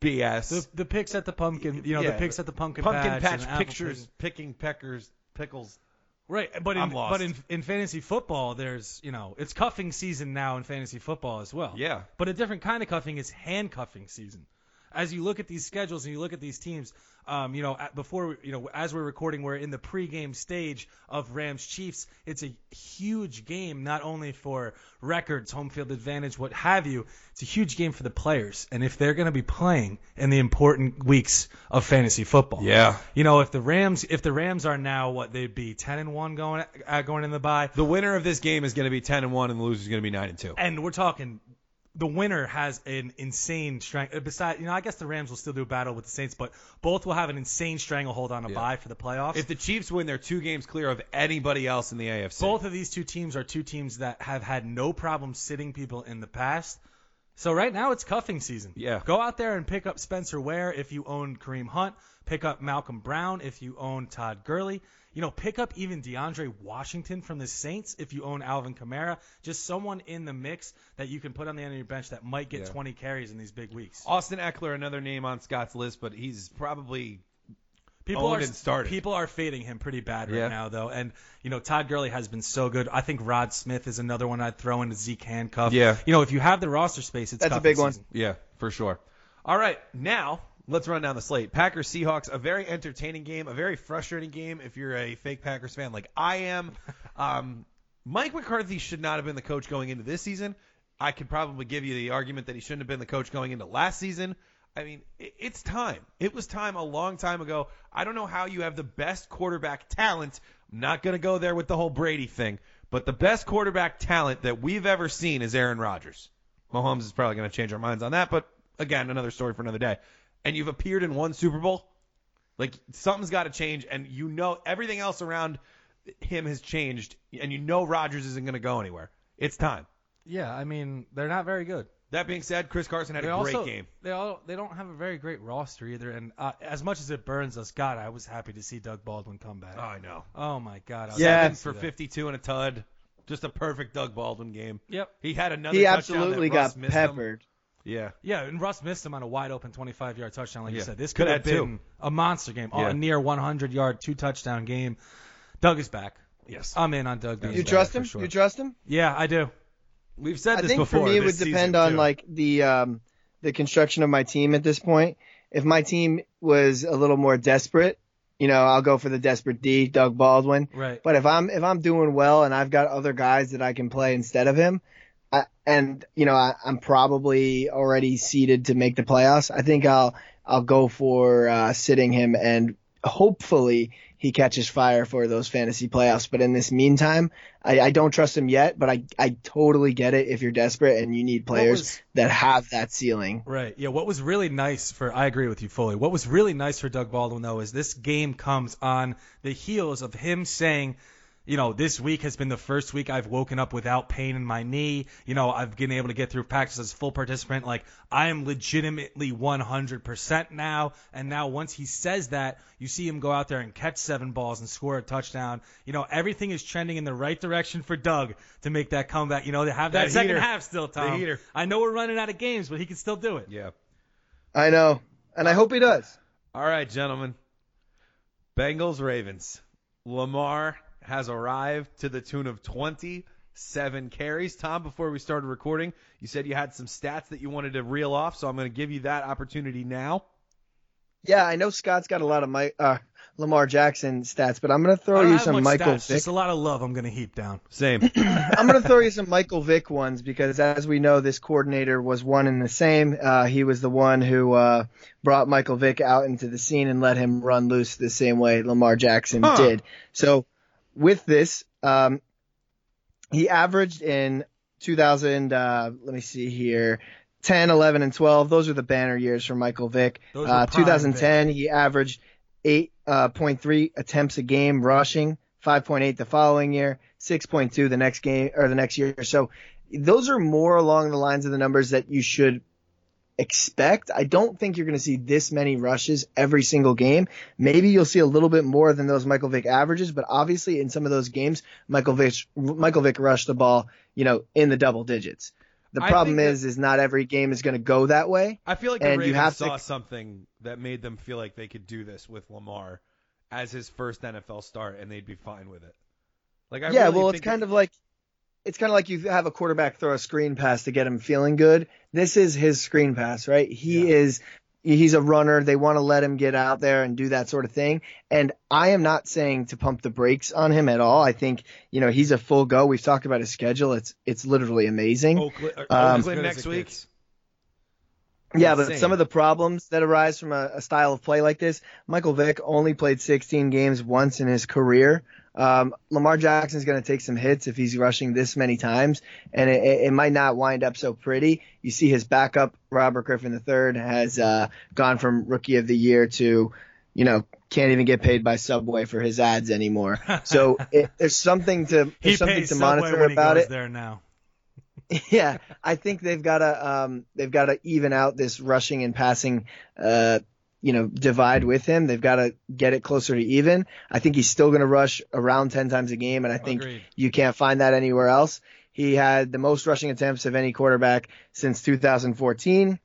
Speaker 3: BS.
Speaker 7: The, the pics at the pumpkin, you know,
Speaker 3: Yeah.
Speaker 7: the pics at the pumpkin,
Speaker 3: pumpkin
Speaker 7: patch,
Speaker 3: patch,
Speaker 7: and apple
Speaker 3: pictures,
Speaker 7: picking.
Speaker 3: picking peckers, pickles.
Speaker 7: Right, but in
Speaker 3: I'm lost.
Speaker 7: but in in fantasy football, there's you know it's cuffing season now in fantasy football as well.
Speaker 3: Yeah.
Speaker 7: But a different kind of cuffing is handcuffing season. As you look at these schedules and you look at these teams, um, you know, at, before we, you know, as we're recording, we're in the pregame stage of Rams Chiefs. It's a huge game, not only for records, home field advantage, what have you. It's a huge game for the players, and if they're going to be playing in the important weeks of fantasy football,
Speaker 3: Yeah.
Speaker 7: you know, if the Rams, if the Rams are now what they'd be ten and one going uh, going in the bye,
Speaker 3: The winner of this game is going to be 10 and 1 and the loser is going to be 9 and 2.
Speaker 7: and we're talking, the winner has an insane strength. Besides, you know, I guess the Rams will still do a battle with the Saints, but both will have an insane stranglehold on a bye for the playoffs.
Speaker 3: If the Chiefs win, they're two games clear of anybody else in the AFC.
Speaker 7: Both of these two teams are two teams that have had no problem sitting people in the past. So right now it's cuffing season.
Speaker 3: Yeah.
Speaker 7: Go out there and pick up Spencer Ware if you own Kareem Hunt. Pick up Malcolm Brown if you own Todd Gurley. You know, pick up even DeAndre Washington from the Saints if you own Alvin Kamara. Just someone in the mix that you can put on the end of your bench that might get
Speaker 3: Yeah.
Speaker 7: 20 carries in these big weeks.
Speaker 3: Austin Eckler, another name on Scott's list, but he's probably
Speaker 7: People
Speaker 3: owned
Speaker 7: are
Speaker 3: and started.
Speaker 7: people are fading him pretty bad right
Speaker 3: Yeah.
Speaker 7: now though, and you know Todd Gurley has been so good. I think Rod Smith is another one I'd throw into Zeke handcuff.
Speaker 3: Yeah.
Speaker 7: you know if you have the roster space, it's
Speaker 4: That's a
Speaker 7: cuffing
Speaker 4: big one.
Speaker 7: season.
Speaker 3: Yeah, for sure. All right, now let's run down the slate. Packers Seahawks, a very entertaining game, a very frustrating game if you're a fake Packers fan like I am. Um, Mike McCarthy should not have been the coach going into this season. I could probably give you the argument that he shouldn't have been the coach going into last season. I mean, i- it's time. It was time a long time ago. I don't know how you have the best quarterback talent. I'm not going to go there with the whole Brady thing, but the best quarterback talent that we've ever seen is Aaron Rodgers. Mahomes is probably going to change our minds on that, but again, another story for another day. And you've appeared in one Super Bowl. Like something's got to change, and you know everything else around him has changed, and you know Rodgers isn't going to go anywhere. It's time.
Speaker 7: Yeah, I mean they're not very good.
Speaker 3: That being said, Chris Carson had
Speaker 7: They
Speaker 3: a great
Speaker 7: also
Speaker 3: game.
Speaker 7: they all they don't have a very great roster either. And uh, as much as it burns us, God, I was happy to see Doug Baldwin come back.
Speaker 3: Oh, I know.
Speaker 7: oh my God, I was
Speaker 4: Yeah.
Speaker 7: happy
Speaker 3: Seven
Speaker 7: to see
Speaker 3: for
Speaker 7: that.
Speaker 3: 52 and a tud. Just a perfect Doug Baldwin game.
Speaker 7: Yep.
Speaker 3: He had another.
Speaker 4: He
Speaker 3: touchdown
Speaker 4: absolutely
Speaker 3: that Russ
Speaker 4: got
Speaker 3: missed him.
Speaker 4: peppered.
Speaker 3: Yeah.
Speaker 7: Yeah, and Russ missed him on a wide open 25 yard touchdown, like you
Speaker 3: Yeah.
Speaker 7: said. This could
Speaker 3: Could
Speaker 7: have
Speaker 3: have had two.
Speaker 7: been a monster game,
Speaker 3: Yeah.
Speaker 7: a near 100 yard, two touchdown game. Doug is back.
Speaker 3: Yes.
Speaker 7: I'm in on Doug. Being
Speaker 4: You
Speaker 7: back
Speaker 4: trust
Speaker 7: for
Speaker 4: him?
Speaker 7: Sure.
Speaker 4: You trust him?
Speaker 7: yeah, I do.
Speaker 3: We've said
Speaker 4: I
Speaker 3: this
Speaker 4: think
Speaker 3: before.
Speaker 4: for me it would
Speaker 3: this season,
Speaker 4: depend on
Speaker 3: too.
Speaker 4: like the um, the construction of my team at this point. If my team was a little more desperate, you know, I'll go for the desperate D, Doug Baldwin.
Speaker 7: Right.
Speaker 4: But if I'm if I'm doing well and I've got other guys that I can play instead of him, I, and you know I, I'm probably already seeded to make the playoffs, I think I'll I'll go for uh, sitting him and hopefully he catches fire for those fantasy playoffs. But in this meantime, I, I don't trust him yet. But I I totally get it if you're desperate and you need players
Speaker 7: was-
Speaker 4: that have that ceiling.
Speaker 7: Right. Yeah. What was really nice for I agree with you fully. What was really nice for Doug Baldwin though is this game comes on the heels of him saying, you know, this week has been the first week I've woken up without pain in my knee. You know, I've been able to get through practice as a full participant. Like I am legitimately 100% now. And now once he says that, you see him go out there and catch seven balls and score a touchdown. You know, everything is trending in the right direction for Doug to make that comeback. You know, to have that,
Speaker 3: That
Speaker 7: second
Speaker 3: heater.
Speaker 7: half still, Tom.
Speaker 3: heater.
Speaker 7: I know we're running out of games, but he can still do it.
Speaker 3: Yeah.
Speaker 4: I know, and I hope he does.
Speaker 3: All right, gentlemen. Bengals Ravens. Lamar has arrived to the tune of 27 carries. Tom, before we started recording, you said you had some stats that you wanted to reel off, so I'm going to give you that opportunity now.
Speaker 4: Yeah, I know Scott's got a lot of my uh, Lamar Jackson stats, but I'm gonna throw
Speaker 7: I don't
Speaker 4: you
Speaker 7: have
Speaker 4: some
Speaker 7: much
Speaker 4: Michael
Speaker 7: stats,
Speaker 4: Vick
Speaker 7: Just a lot of love I'm going to heap down.
Speaker 3: Same.
Speaker 4: I'm going to throw you some Michael Vick ones because, as we know, this coordinator was one and the same. Uh, he was the one who uh, brought Michael Vick out into the scene and let him run loose the same way Lamar Jackson
Speaker 3: Huh.
Speaker 4: did. So, with this, um, he averaged in 2000. Uh, let me see here. 10, 11, and 12. Those are the banner years for Michael Vick.
Speaker 7: Those were
Speaker 4: uh,
Speaker 7: prime
Speaker 4: 2010, he averaged 8.3 attempts a game rushing, 5.8 the following year, 6.2 the next game or the next year. So those are more along the lines of the numbers that you should expect. I don't think you're going to see this many rushes every single game. Maybe you'll see a little bit more than those Michael Vick averages, but obviously in some of those games, Michael Vick Michael Vick rushed the ball, you know, in the double digits. The
Speaker 3: I
Speaker 4: problem
Speaker 3: think that-
Speaker 4: is is not every game is going to go that way.
Speaker 3: I feel like the
Speaker 4: And you
Speaker 3: Ravens
Speaker 4: have to-
Speaker 3: saw something that made them feel like they could do this with Lamar as his first NFL start, and they'd be fine with it. Like, I
Speaker 4: yeah,
Speaker 3: really
Speaker 4: well,
Speaker 3: think
Speaker 4: it's kind of like it's kind of like you have a quarterback throw a screen pass to get him feeling good. This is his screen pass, right? He
Speaker 3: Yeah.
Speaker 4: is he's a runner. They want to let him get out there and do that sort of thing. And I am not saying to pump the brakes on him at all. I think, you know, he's a full go. We've talked about his schedule. It's it's literally amazing.
Speaker 3: Oakland, or
Speaker 4: um,
Speaker 7: As good
Speaker 3: Oakland
Speaker 7: as
Speaker 3: next
Speaker 7: it
Speaker 3: week.
Speaker 7: gets.
Speaker 4: Yeah, but
Speaker 3: Insane.
Speaker 4: some of the problems that arise from a, a style of play like this, Michael Vick only played 16 games once in his career. Um, Lamar Jackson's going to take some hits if he's rushing this many times, and it- it, it might not wind up so pretty. You see his backup, Robert Griffin III, has uh, gone from rookie of the year to, you know, can't even get paid by Subway for his ads anymore. So it, there's something to
Speaker 7: He
Speaker 4: there's something
Speaker 7: pays
Speaker 4: to
Speaker 7: Subway
Speaker 4: monitor
Speaker 7: when
Speaker 4: about
Speaker 7: he goes
Speaker 4: it.
Speaker 7: there now.
Speaker 4: yeah, I think they've got to um, they've got to even out this rushing and passing, uh, you know, divide with him. They've got to get it closer to even. I think he's still going to rush around ten times a game, and I think
Speaker 7: Agreed.
Speaker 4: you can't find that anywhere else. He had the most rushing attempts of any quarterback since 2014.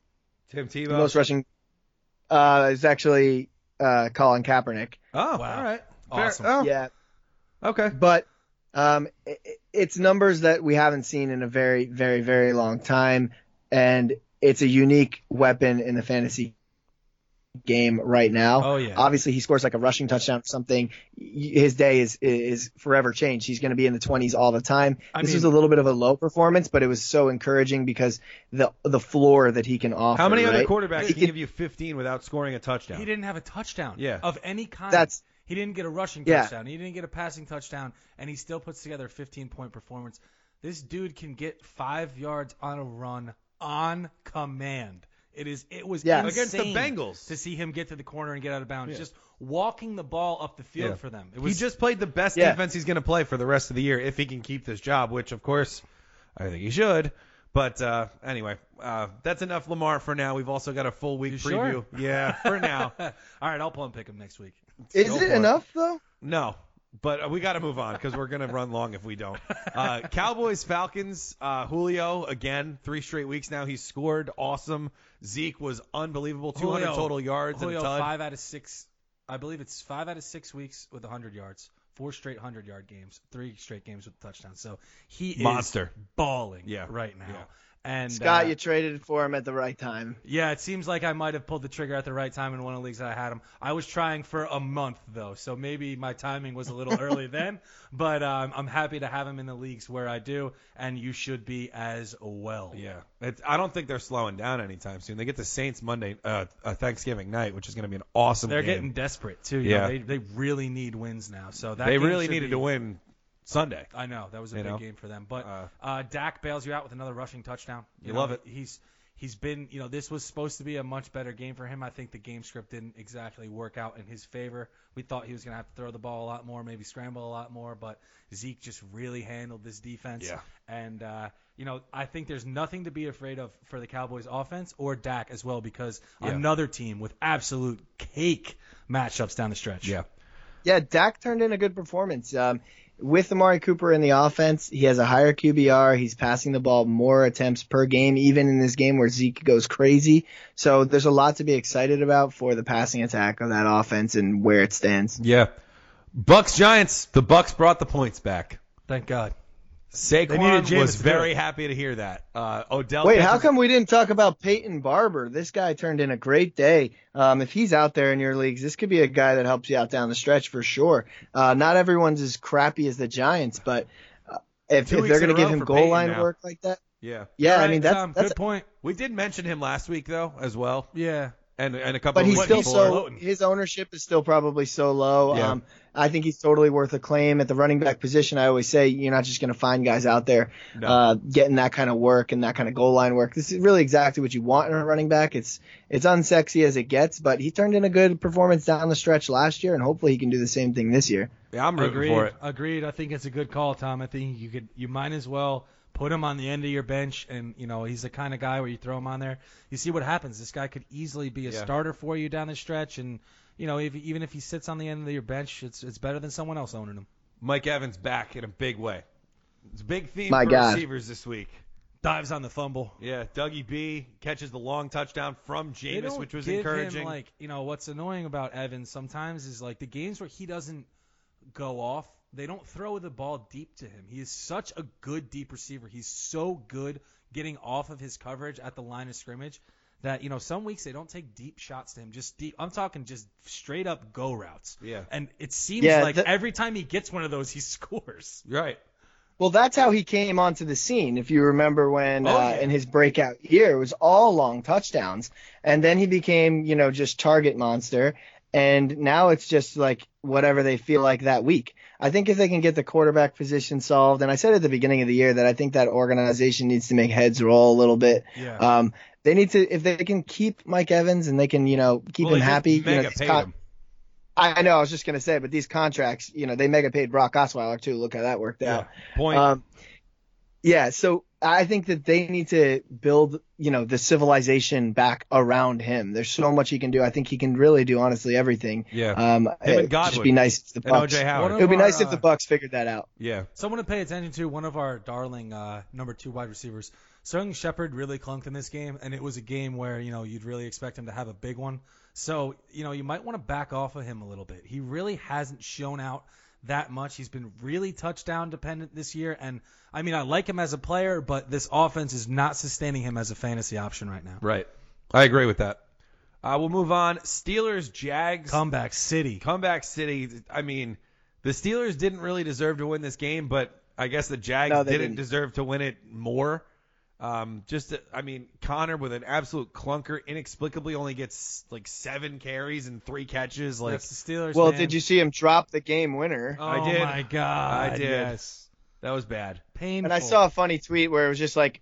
Speaker 3: Tim
Speaker 4: The
Speaker 3: Tebow.
Speaker 4: most rushing uh, is actually uh, Colin Kaepernick.
Speaker 3: Oh,
Speaker 7: Wow.
Speaker 3: all right.
Speaker 7: Awesome.
Speaker 3: Oh,
Speaker 4: Yeah,
Speaker 3: Okay.
Speaker 4: but um, i i- it's numbers that we haven't seen in a very, very, very long time, and it's a unique weapon in the fantasy game right now.
Speaker 7: Oh, yeah.
Speaker 4: Obviously, he scores like a rushing touchdown or something. y- His day is is forever changed. He's going to be in the 20s all the time.
Speaker 3: I
Speaker 4: this
Speaker 3: mean-
Speaker 4: was a little bit of a low performance, but it was so encouraging because the the floor that he can offer.
Speaker 3: How many other
Speaker 4: right?
Speaker 3: quarterbacks
Speaker 4: He
Speaker 3: can give you 15 without scoring a touchdown?
Speaker 7: He didn't have a touchdown
Speaker 3: Yeah.
Speaker 7: of any kind.
Speaker 4: That's-
Speaker 7: he didn't get a rushing
Speaker 4: Yeah.
Speaker 7: touchdown. He didn't get a passing touchdown, and he still puts together a 15 point performance. This dude can get five yards on a run on command. It is. It was
Speaker 4: Yeah.
Speaker 7: insane
Speaker 3: Against the Bengals.
Speaker 7: to see him get to the corner and get out of bounds, just walking the ball up the field
Speaker 3: Yeah.
Speaker 7: for them. It
Speaker 3: He
Speaker 7: was
Speaker 3: just played the best
Speaker 4: Yeah.
Speaker 3: defense he's going to play for the rest of the year if he can keep this job, which of course I think he should. But uh, anyway, uh, that's enough Lamar for now. We've also got a full week
Speaker 7: You
Speaker 3: preview.
Speaker 7: sure?
Speaker 3: Yeah, for now.
Speaker 7: All right, I'll pull and pick him next week.
Speaker 4: Is
Speaker 3: Go
Speaker 4: it
Speaker 3: for it.
Speaker 4: enough though?
Speaker 3: No, but uh, we got to move on because we're gonna run long if we don't. Uh, Cowboys, Falcons, uh, Julio again, three straight weeks now. He scored awesome. Zeke was unbelievable, 200
Speaker 7: Julio-
Speaker 3: total yards
Speaker 7: Julio,
Speaker 3: and a touch.
Speaker 7: five out of six. I believe it's five out of six weeks with 100 yards, four straight 100 yard games, three straight games with touchdowns. So he
Speaker 3: Monster.
Speaker 7: is balling
Speaker 3: Yeah.
Speaker 7: right now.
Speaker 3: Yeah.
Speaker 7: And
Speaker 4: Scott,
Speaker 7: uh,
Speaker 4: you traded for him at the right time.
Speaker 7: yeah, it seems like I might have pulled the trigger at the right time in one of the leagues that I had him. I was trying for a month though, so maybe my timing was a little early then. But um, I'm happy to have him in the leagues where I do, and you should be as well.
Speaker 3: Yeah, it's, I don't think they're slowing down anytime soon. They get the Saints Monday, uh, uh, Thanksgiving night, which is going to be an awesome.
Speaker 7: They're
Speaker 3: game.
Speaker 7: getting desperate too. You
Speaker 3: Yeah.
Speaker 7: know, they they really need wins now. So that
Speaker 3: They
Speaker 7: game
Speaker 3: really
Speaker 7: should
Speaker 3: needed
Speaker 7: be-
Speaker 3: to win Sunday.
Speaker 7: I know that was a
Speaker 3: You
Speaker 7: big
Speaker 3: know?
Speaker 7: game for them, but
Speaker 3: Uh,
Speaker 7: uh, Dak bails you out with another rushing touchdown.
Speaker 3: You
Speaker 7: know,
Speaker 3: love it.
Speaker 7: He's he's been you know this was supposed to be a much better game for him. I think the game script didn't exactly work out in his favor. We thought he was going to have to throw the ball a lot more, maybe scramble a lot more, but Zeke just really handled this defense.
Speaker 3: Yeah.
Speaker 7: And uh, you know I think there's nothing to be afraid of for the Cowboys offense or Dak as well because another team with absolute cake matchups down the stretch.
Speaker 3: Yeah.
Speaker 4: Yeah, Dak turned in a good performance. Um, with Amari Cooper in the offense, he has a higher QBR. He's passing the ball more attempts per game, even in this game where Zeke goes crazy. So there's a lot to be excited about for the passing attack of that offense and where it stands.
Speaker 3: Yeah, Bucks Giants. The Bucks brought the points back.
Speaker 7: Thank God. needed
Speaker 3: Saquon
Speaker 7: Jameis
Speaker 3: was
Speaker 7: to do it.
Speaker 3: very happy to hear that. Uh, Odell.
Speaker 4: Wait, how
Speaker 3: catches-
Speaker 4: come we didn't talk about Peyton Barber? This guy turned in a great day. Um, if he's out there in your leagues, this could be a guy that helps you out down the stretch for sure. Uh, not everyone's as crappy as the Giants, but uh, if,
Speaker 3: Two
Speaker 4: if
Speaker 3: weeks
Speaker 4: they're
Speaker 3: in a
Speaker 4: going to give
Speaker 3: row
Speaker 4: him
Speaker 3: for
Speaker 4: goal
Speaker 3: Peyton
Speaker 4: line
Speaker 3: now.
Speaker 4: work like that,
Speaker 3: Yeah.
Speaker 4: yeah,
Speaker 7: All
Speaker 4: I
Speaker 7: right,
Speaker 4: mean that's
Speaker 7: Tom,
Speaker 4: that's
Speaker 7: good point.
Speaker 3: We did mention him last week though, as well,
Speaker 7: Yeah.
Speaker 3: and and a couple.
Speaker 4: but
Speaker 3: of
Speaker 4: he's
Speaker 3: weeks
Speaker 4: still
Speaker 3: before.
Speaker 4: so
Speaker 7: floating.
Speaker 4: his ownership is still probably so low.
Speaker 3: Yeah.
Speaker 4: Um, I think he's totally worth a claim at the running back position. I always say you're not just going to find guys out there
Speaker 3: No.
Speaker 4: uh, getting that kind of work and that kind of goal line work. This is really exactly what you want in a running back. It's it's unsexy as it gets, but he turned in a good performance down the stretch last year, and hopefully he can do the same thing this year.
Speaker 3: Yeah, I'm rooting
Speaker 7: Agreed.
Speaker 3: for it.
Speaker 7: Agreed. I think it's a good call, Tom. I think you could you might as well put him on the end of your bench and you know, he's the kind of guy where you throw him on there. You see what happens. This guy could easily be a
Speaker 3: Yeah.
Speaker 7: starter for you down the stretch and you know, if, even if he sits on the end of your bench, it's it's better than someone else owning him.
Speaker 3: Mike Evans back in a big way. It's a big theme
Speaker 4: My
Speaker 3: for
Speaker 4: God.
Speaker 3: receivers this week.
Speaker 7: Dives on the fumble.
Speaker 3: Yeah, Dougie B catches the long touchdown from
Speaker 7: They
Speaker 3: Jameis,
Speaker 7: don't
Speaker 3: which was
Speaker 7: give
Speaker 3: encouraging.
Speaker 7: Him, like you know, what's annoying about Evans sometimes is like the games where he doesn't go off, they don't throw the ball deep to him. He is such a good deep receiver. He's so good getting off of his coverage at the line of scrimmage that you know some weeks they don't take deep shots to him. Just deep. I'm talking just straight up go routes.
Speaker 3: Yeah.
Speaker 7: And it seems
Speaker 4: Yeah,
Speaker 7: like
Speaker 4: the-
Speaker 7: every time he gets one of those, he scores.
Speaker 3: right.
Speaker 4: Well, that's how he came onto the scene. If you remember when
Speaker 7: Oh,
Speaker 4: uh,
Speaker 7: yeah.
Speaker 4: in his breakout year, it was all long touchdowns, and then he became, you know, just target monster. And now it's just like whatever they feel like that week. I think if they can get the quarterback position solved, and I said at the beginning of the year that I think that organization needs to make heads roll a little bit.
Speaker 7: Yeah.
Speaker 4: Um, they need to if they can keep Mike Evans and they can, you know, keep
Speaker 3: Well,
Speaker 4: him
Speaker 3: they just
Speaker 4: happy. You know,
Speaker 3: Mega
Speaker 4: these
Speaker 3: paid
Speaker 4: con-
Speaker 3: him.
Speaker 4: I I know I was just gonna say, Uh, but these contracts, you know, they mega paid Brock Osweiler too. Look how that worked out.
Speaker 3: Point.
Speaker 4: Um, Yeah, so I think that they need to build, you know, the civilization back around him. There's so much he can do. I think he can really do honestly everything.
Speaker 3: Yeah.
Speaker 4: Um,
Speaker 3: and
Speaker 4: it'd just
Speaker 3: Godwin.
Speaker 4: be nice if the
Speaker 3: And
Speaker 4: Bucks.
Speaker 3: OJ
Speaker 7: One
Speaker 3: Howard.
Speaker 7: of
Speaker 4: It would be
Speaker 7: our,
Speaker 4: nice if
Speaker 7: uh,
Speaker 4: the Bucks figured that out.
Speaker 3: Yeah.
Speaker 7: Someone to pay attention to, one of our darling uh, number two wide receivers, Sterling Shepard really clunked in this game, and it was a game where you know you'd really expect him to have a big one. So you know you might want to back off of him a little bit. He really hasn't shown out that much. He's been really touchdown dependent this year, and I mean I like him as a player, but this offense is not sustaining him as a fantasy option right now.
Speaker 3: Right. I agree with that. Uh, we'll move on. Steelers, Jags,
Speaker 7: Comeback City.
Speaker 3: comeback city. I mean, the Steelers didn't really deserve to win this game, but I guess the Jags
Speaker 4: No, they
Speaker 3: didn't,
Speaker 4: didn't.
Speaker 3: deserve to win it more. Um, just, I mean, Connor with an absolute clunker, inexplicably only gets like seven carries and three catches. Like
Speaker 7: That's the Steelers.
Speaker 4: Well,
Speaker 7: man.
Speaker 4: did you see him drop the game winner?
Speaker 7: Oh
Speaker 3: I did.
Speaker 7: my God!
Speaker 3: I did.
Speaker 7: Yes.
Speaker 3: that was bad.
Speaker 7: Painful.
Speaker 4: and I saw a funny tweet where it was just like,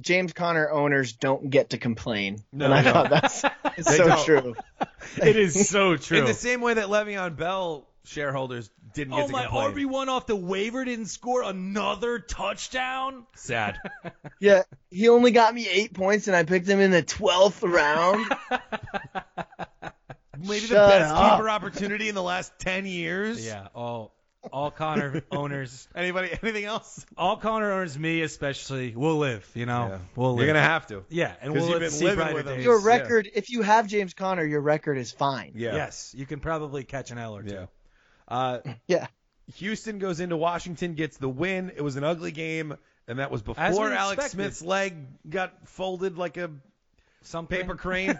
Speaker 4: James Conner owners don't get to complain.
Speaker 3: No,
Speaker 4: and I
Speaker 3: they
Speaker 4: thought
Speaker 3: don't.
Speaker 4: that's it's
Speaker 3: They
Speaker 4: so
Speaker 3: don't.
Speaker 4: true.
Speaker 7: it is so true.
Speaker 3: In the same way that Le'Veon Bell shareholders didn't get
Speaker 7: Oh
Speaker 3: to
Speaker 7: my!
Speaker 3: complain.
Speaker 7: RB one off the waiver didn't score another touchdown.
Speaker 3: Sad.
Speaker 4: Yeah, he only got me eight points, and I picked him in the twelfth round.
Speaker 3: Maybe the
Speaker 4: Shut
Speaker 3: best
Speaker 4: up.
Speaker 3: keeper opportunity in the last ten years.
Speaker 7: Yeah. All all Connor owners,
Speaker 3: Anybody? Anything else?
Speaker 7: all Connor owners, me especially, will live. You know,
Speaker 3: Yeah.
Speaker 7: we'll live.
Speaker 3: You're gonna have to.
Speaker 7: yeah, and we'll
Speaker 3: 'Cause you've
Speaker 7: live
Speaker 3: been
Speaker 7: to see
Speaker 3: living
Speaker 7: brighter
Speaker 3: with him.
Speaker 7: days.
Speaker 4: Your record, if you have James Conner, your record is fine.
Speaker 3: Yeah.
Speaker 7: Yes, you can probably catch an L or two.
Speaker 3: Yeah. Uh,
Speaker 4: Yeah.
Speaker 3: Houston goes into Washington, gets the win. It was an ugly game, and that was
Speaker 7: As we
Speaker 3: before Alex
Speaker 7: expected.
Speaker 3: Smith's leg got folded like a
Speaker 7: Something
Speaker 3: paper crane.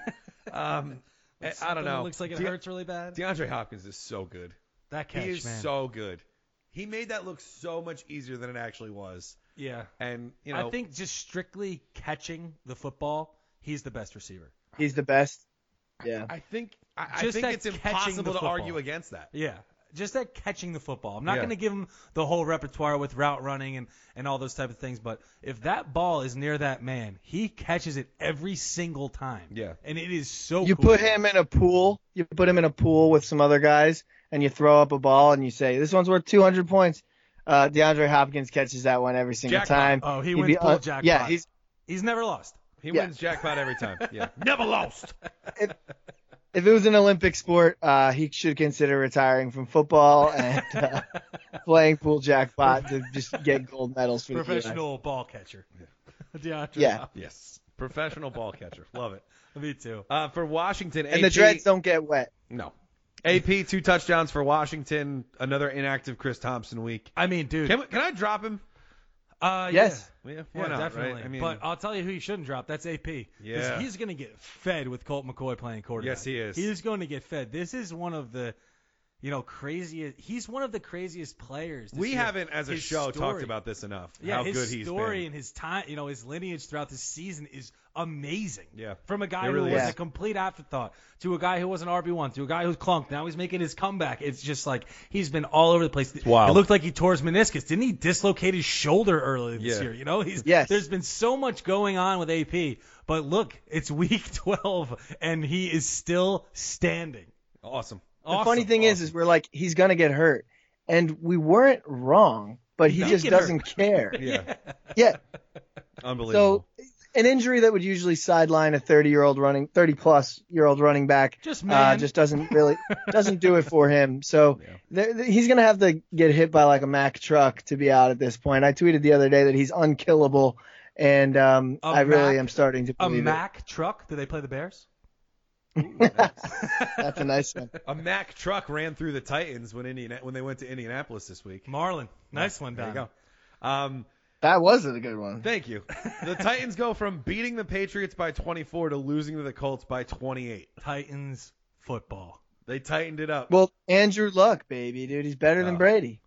Speaker 3: um, I- I don't
Speaker 7: something
Speaker 3: know.
Speaker 7: Looks like it
Speaker 3: De-
Speaker 7: hurts really bad.
Speaker 3: DeAndre Hopkins is so good.
Speaker 7: that catch,
Speaker 3: he is
Speaker 7: man.
Speaker 3: so good. He made that look so much easier than it actually was.
Speaker 7: yeah.
Speaker 3: And you know,
Speaker 7: I think just strictly catching the football, he's the best receiver.
Speaker 4: He's the best. Yeah.
Speaker 3: I think I, I
Speaker 7: Just
Speaker 3: think
Speaker 7: that
Speaker 3: it's
Speaker 7: catching the
Speaker 3: impossible to
Speaker 7: football.
Speaker 3: argue against that.
Speaker 7: Yeah. Just that catching the football. I'm not
Speaker 3: Yeah.
Speaker 7: going to give him the whole repertoire with route running and, and all those type of things, but if that ball is near that man, he catches it every single time.
Speaker 3: Yeah.
Speaker 7: And it is
Speaker 3: Oh,
Speaker 7: so
Speaker 4: You
Speaker 7: cool.
Speaker 4: put him in a pool. You put him in a pool with some other guys, and you throw up a ball, and you say, "This one's worth 200 points." Uh, DeAndre Hopkins catches that one every single
Speaker 3: Jackpot.
Speaker 4: time.
Speaker 7: Oh, he
Speaker 4: He'd
Speaker 7: wins
Speaker 4: be
Speaker 7: pool
Speaker 4: un-
Speaker 7: jackpot.
Speaker 4: Yeah, he's
Speaker 7: He's never lost.
Speaker 3: He
Speaker 4: Yeah.
Speaker 3: wins jackpot every time. Yeah, never lost.
Speaker 4: if it was an Olympic sport, uh, he should consider retiring from football and uh, playing pool jackpot to just get gold medals for the U.S.
Speaker 7: Professional ball catcher. DeAndre.
Speaker 4: Yeah.
Speaker 7: Hopkins.
Speaker 3: Yes, professional ball catcher. Love it.
Speaker 7: Me too.
Speaker 3: Uh, for Washington,
Speaker 4: And the
Speaker 3: AP
Speaker 4: dreads don't get wet.
Speaker 3: No. AP two touchdowns for Washington. Another inactive Chris Thompson week.
Speaker 7: I mean, dude.
Speaker 3: Can, we, can I drop him?
Speaker 7: uh,
Speaker 4: Yes.
Speaker 7: yeah.
Speaker 3: Yeah,
Speaker 7: Yeah, definitely.
Speaker 3: right? I mean,
Speaker 7: but uh, I'll tell you who you shouldn't drop. That's AP. 'Cause
Speaker 3: Yeah.
Speaker 7: He's going to get fed with Colt McCoy playing quarterback.
Speaker 3: Yes, he is.
Speaker 7: He's going to get fed. This is one of the, you know, craziest. He's one of the craziest players. This
Speaker 3: we
Speaker 7: year.
Speaker 3: haven't, as a
Speaker 7: His
Speaker 3: show, talked
Speaker 7: story-
Speaker 3: about this enough.
Speaker 7: Yeah,
Speaker 3: how
Speaker 7: his
Speaker 3: good he's
Speaker 7: story
Speaker 3: been.
Speaker 7: and his time, you know, his lineage throughout this season is amazing.
Speaker 3: Yeah.
Speaker 7: From a guy
Speaker 3: It really
Speaker 7: who was
Speaker 4: is.
Speaker 7: a complete afterthought to a guy who was an RB1 to a guy who's clunked. Now he's making his comeback. It's just like he's been all over the place.
Speaker 3: wild.
Speaker 7: It looked like he tore his meniscus. Didn't he dislocate his shoulder earlier this
Speaker 3: Yeah.
Speaker 7: year? You know, he's
Speaker 4: Yes.
Speaker 7: there's been so much going on with AP, but look, it's week 12 and he is still standing.
Speaker 3: Awesome.
Speaker 4: The funny
Speaker 7: Awesome,
Speaker 4: thing is,
Speaker 7: awesome.
Speaker 4: is we're like, he's gonna get hurt, and we weren't wrong, but he
Speaker 7: He
Speaker 4: just
Speaker 7: did get
Speaker 4: doesn't care.
Speaker 3: Yeah.
Speaker 4: Yeah. So
Speaker 3: Unbelievable.
Speaker 4: an injury that would usually sideline a 30 year old running, 30 plus year old running back,
Speaker 7: Just
Speaker 4: uh,
Speaker 7: man.
Speaker 4: just doesn't really doesn't do it for him. So th- th- he's gonna have to get hit by like a Mack truck to be out at this point. I tweeted the other day that he's unkillable, and um,
Speaker 7: A
Speaker 4: I really
Speaker 7: Mack-
Speaker 4: am starting to
Speaker 7: a
Speaker 4: believe it.
Speaker 7: Mack truck? Do they play the Bears?
Speaker 4: That's a nice one.
Speaker 3: a Mack truck ran through the Titans when Indiana when they went to Indianapolis this week.
Speaker 7: Marlin. Nice one,
Speaker 3: There
Speaker 7: Don.
Speaker 3: you go. Um,
Speaker 4: That was a good one.
Speaker 3: Thank you. The Titans go from beating the Patriots by 24 to losing to the Colts by 28.
Speaker 7: Titans football.
Speaker 3: They tightened it up.
Speaker 4: Well, Andrew Luck, baby, dude, he's better than
Speaker 3: Oh.
Speaker 4: Brady.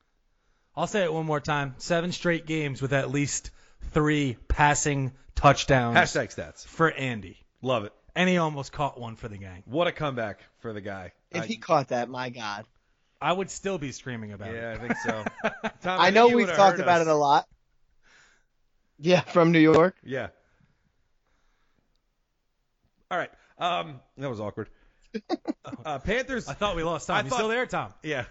Speaker 7: I'll say it one more time. Seven straight games with at least three passing touchdowns
Speaker 3: Hashtag stats.
Speaker 7: for Andy.
Speaker 3: Love it.
Speaker 7: And he almost caught one for the gang.
Speaker 3: What a comeback for the guy.
Speaker 4: If
Speaker 3: I-
Speaker 4: he caught that, my God.
Speaker 7: I would still be screaming about
Speaker 3: yeah, I
Speaker 7: it.
Speaker 3: think so. Tom,
Speaker 4: I
Speaker 3: think
Speaker 4: know
Speaker 3: you
Speaker 4: we've
Speaker 3: would've
Speaker 4: talked
Speaker 3: heard
Speaker 4: about
Speaker 3: us.
Speaker 4: it a lot. Yeah, from New York.
Speaker 3: Yeah. Um, All right. Um, that was awkward. Uh, Panthers.
Speaker 7: I thought we lost time.
Speaker 3: I
Speaker 7: you
Speaker 3: thought-
Speaker 7: still there, Tom?
Speaker 3: Yeah.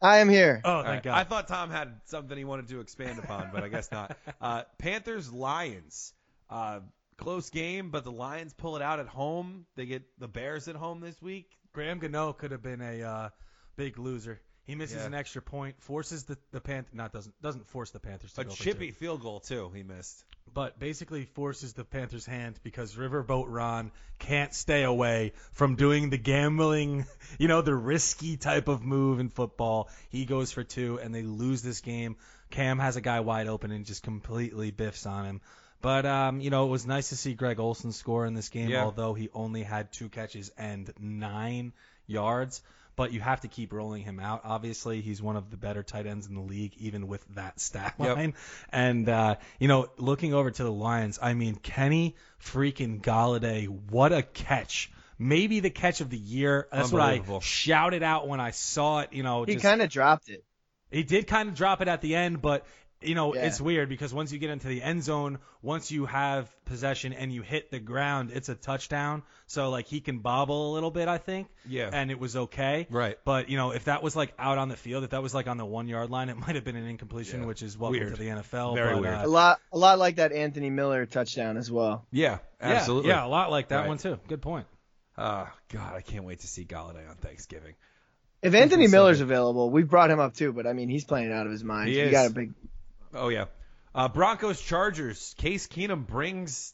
Speaker 4: I am here.
Speaker 7: Oh, thank
Speaker 3: All right.
Speaker 7: God.
Speaker 3: I thought Tom had something he wanted to expand upon, but I guess not. Uh, Panthers Lions. Uh, close game, but the Lions pull it out at home. They get the Bears at home this week.
Speaker 7: Graham Gano could have been a uh, big loser. He misses
Speaker 3: Yeah.
Speaker 7: an extra point, forces the the Panth not doesn't doesn't force the Panthers to
Speaker 3: A
Speaker 7: go for
Speaker 3: chippy
Speaker 7: two,
Speaker 3: field goal too. He missed.
Speaker 7: but basically forces the Panthers' hand because Riverboat Ron can't stay away from doing the gambling, you know, the risky type of move in football. He goes for two, and they lose this game. Cam has a guy wide open and just completely biffs on him. But um, you know, it was nice to see Greg Olson score in this game,
Speaker 3: Yeah.
Speaker 7: although he only had two catches and nine yards. But you have to keep rolling him out. Obviously, he's one of the better tight ends in the league, even with that stat
Speaker 3: Yep.
Speaker 7: line. And uh, you know, looking over to the Lions, I mean, Kenny freaking Galladay, what a catch! Maybe the catch of the year. That's what I
Speaker 3: Unbelievable.
Speaker 7: shouted out when I saw it. You know,
Speaker 4: he
Speaker 7: just-
Speaker 4: kind of dropped it.
Speaker 7: he did kind of drop it at the end, but you know
Speaker 4: Yeah.
Speaker 7: it's weird because once you get into the end zone, once you have possession and you hit the ground, it's a touchdown. So like he can bobble a little bit, I think.
Speaker 3: Yeah.
Speaker 7: And it was okay.
Speaker 3: Right.
Speaker 7: But you know if that was like out on the field, if that was like on the one yard line, it might have been an incompletion, which is welcome
Speaker 3: Weird.
Speaker 7: to the NFL.
Speaker 3: Very
Speaker 7: but,
Speaker 3: weird.
Speaker 7: uh,
Speaker 4: A lot, a lot like that Anthony Miller touchdown as well.
Speaker 3: Yeah,
Speaker 7: yeah, Yeah, a lot like that
Speaker 3: Right.
Speaker 7: one too. Good point.
Speaker 3: Uh, God, I can't wait to see Galladay on Thanksgiving.
Speaker 4: If Anthony Miller's available, we brought him up too, but I mean he's playing out of his mind.
Speaker 3: He
Speaker 4: He
Speaker 3: is.
Speaker 4: got a big.
Speaker 3: Oh yeah. Uh, Broncos Chargers. Case Keenum brings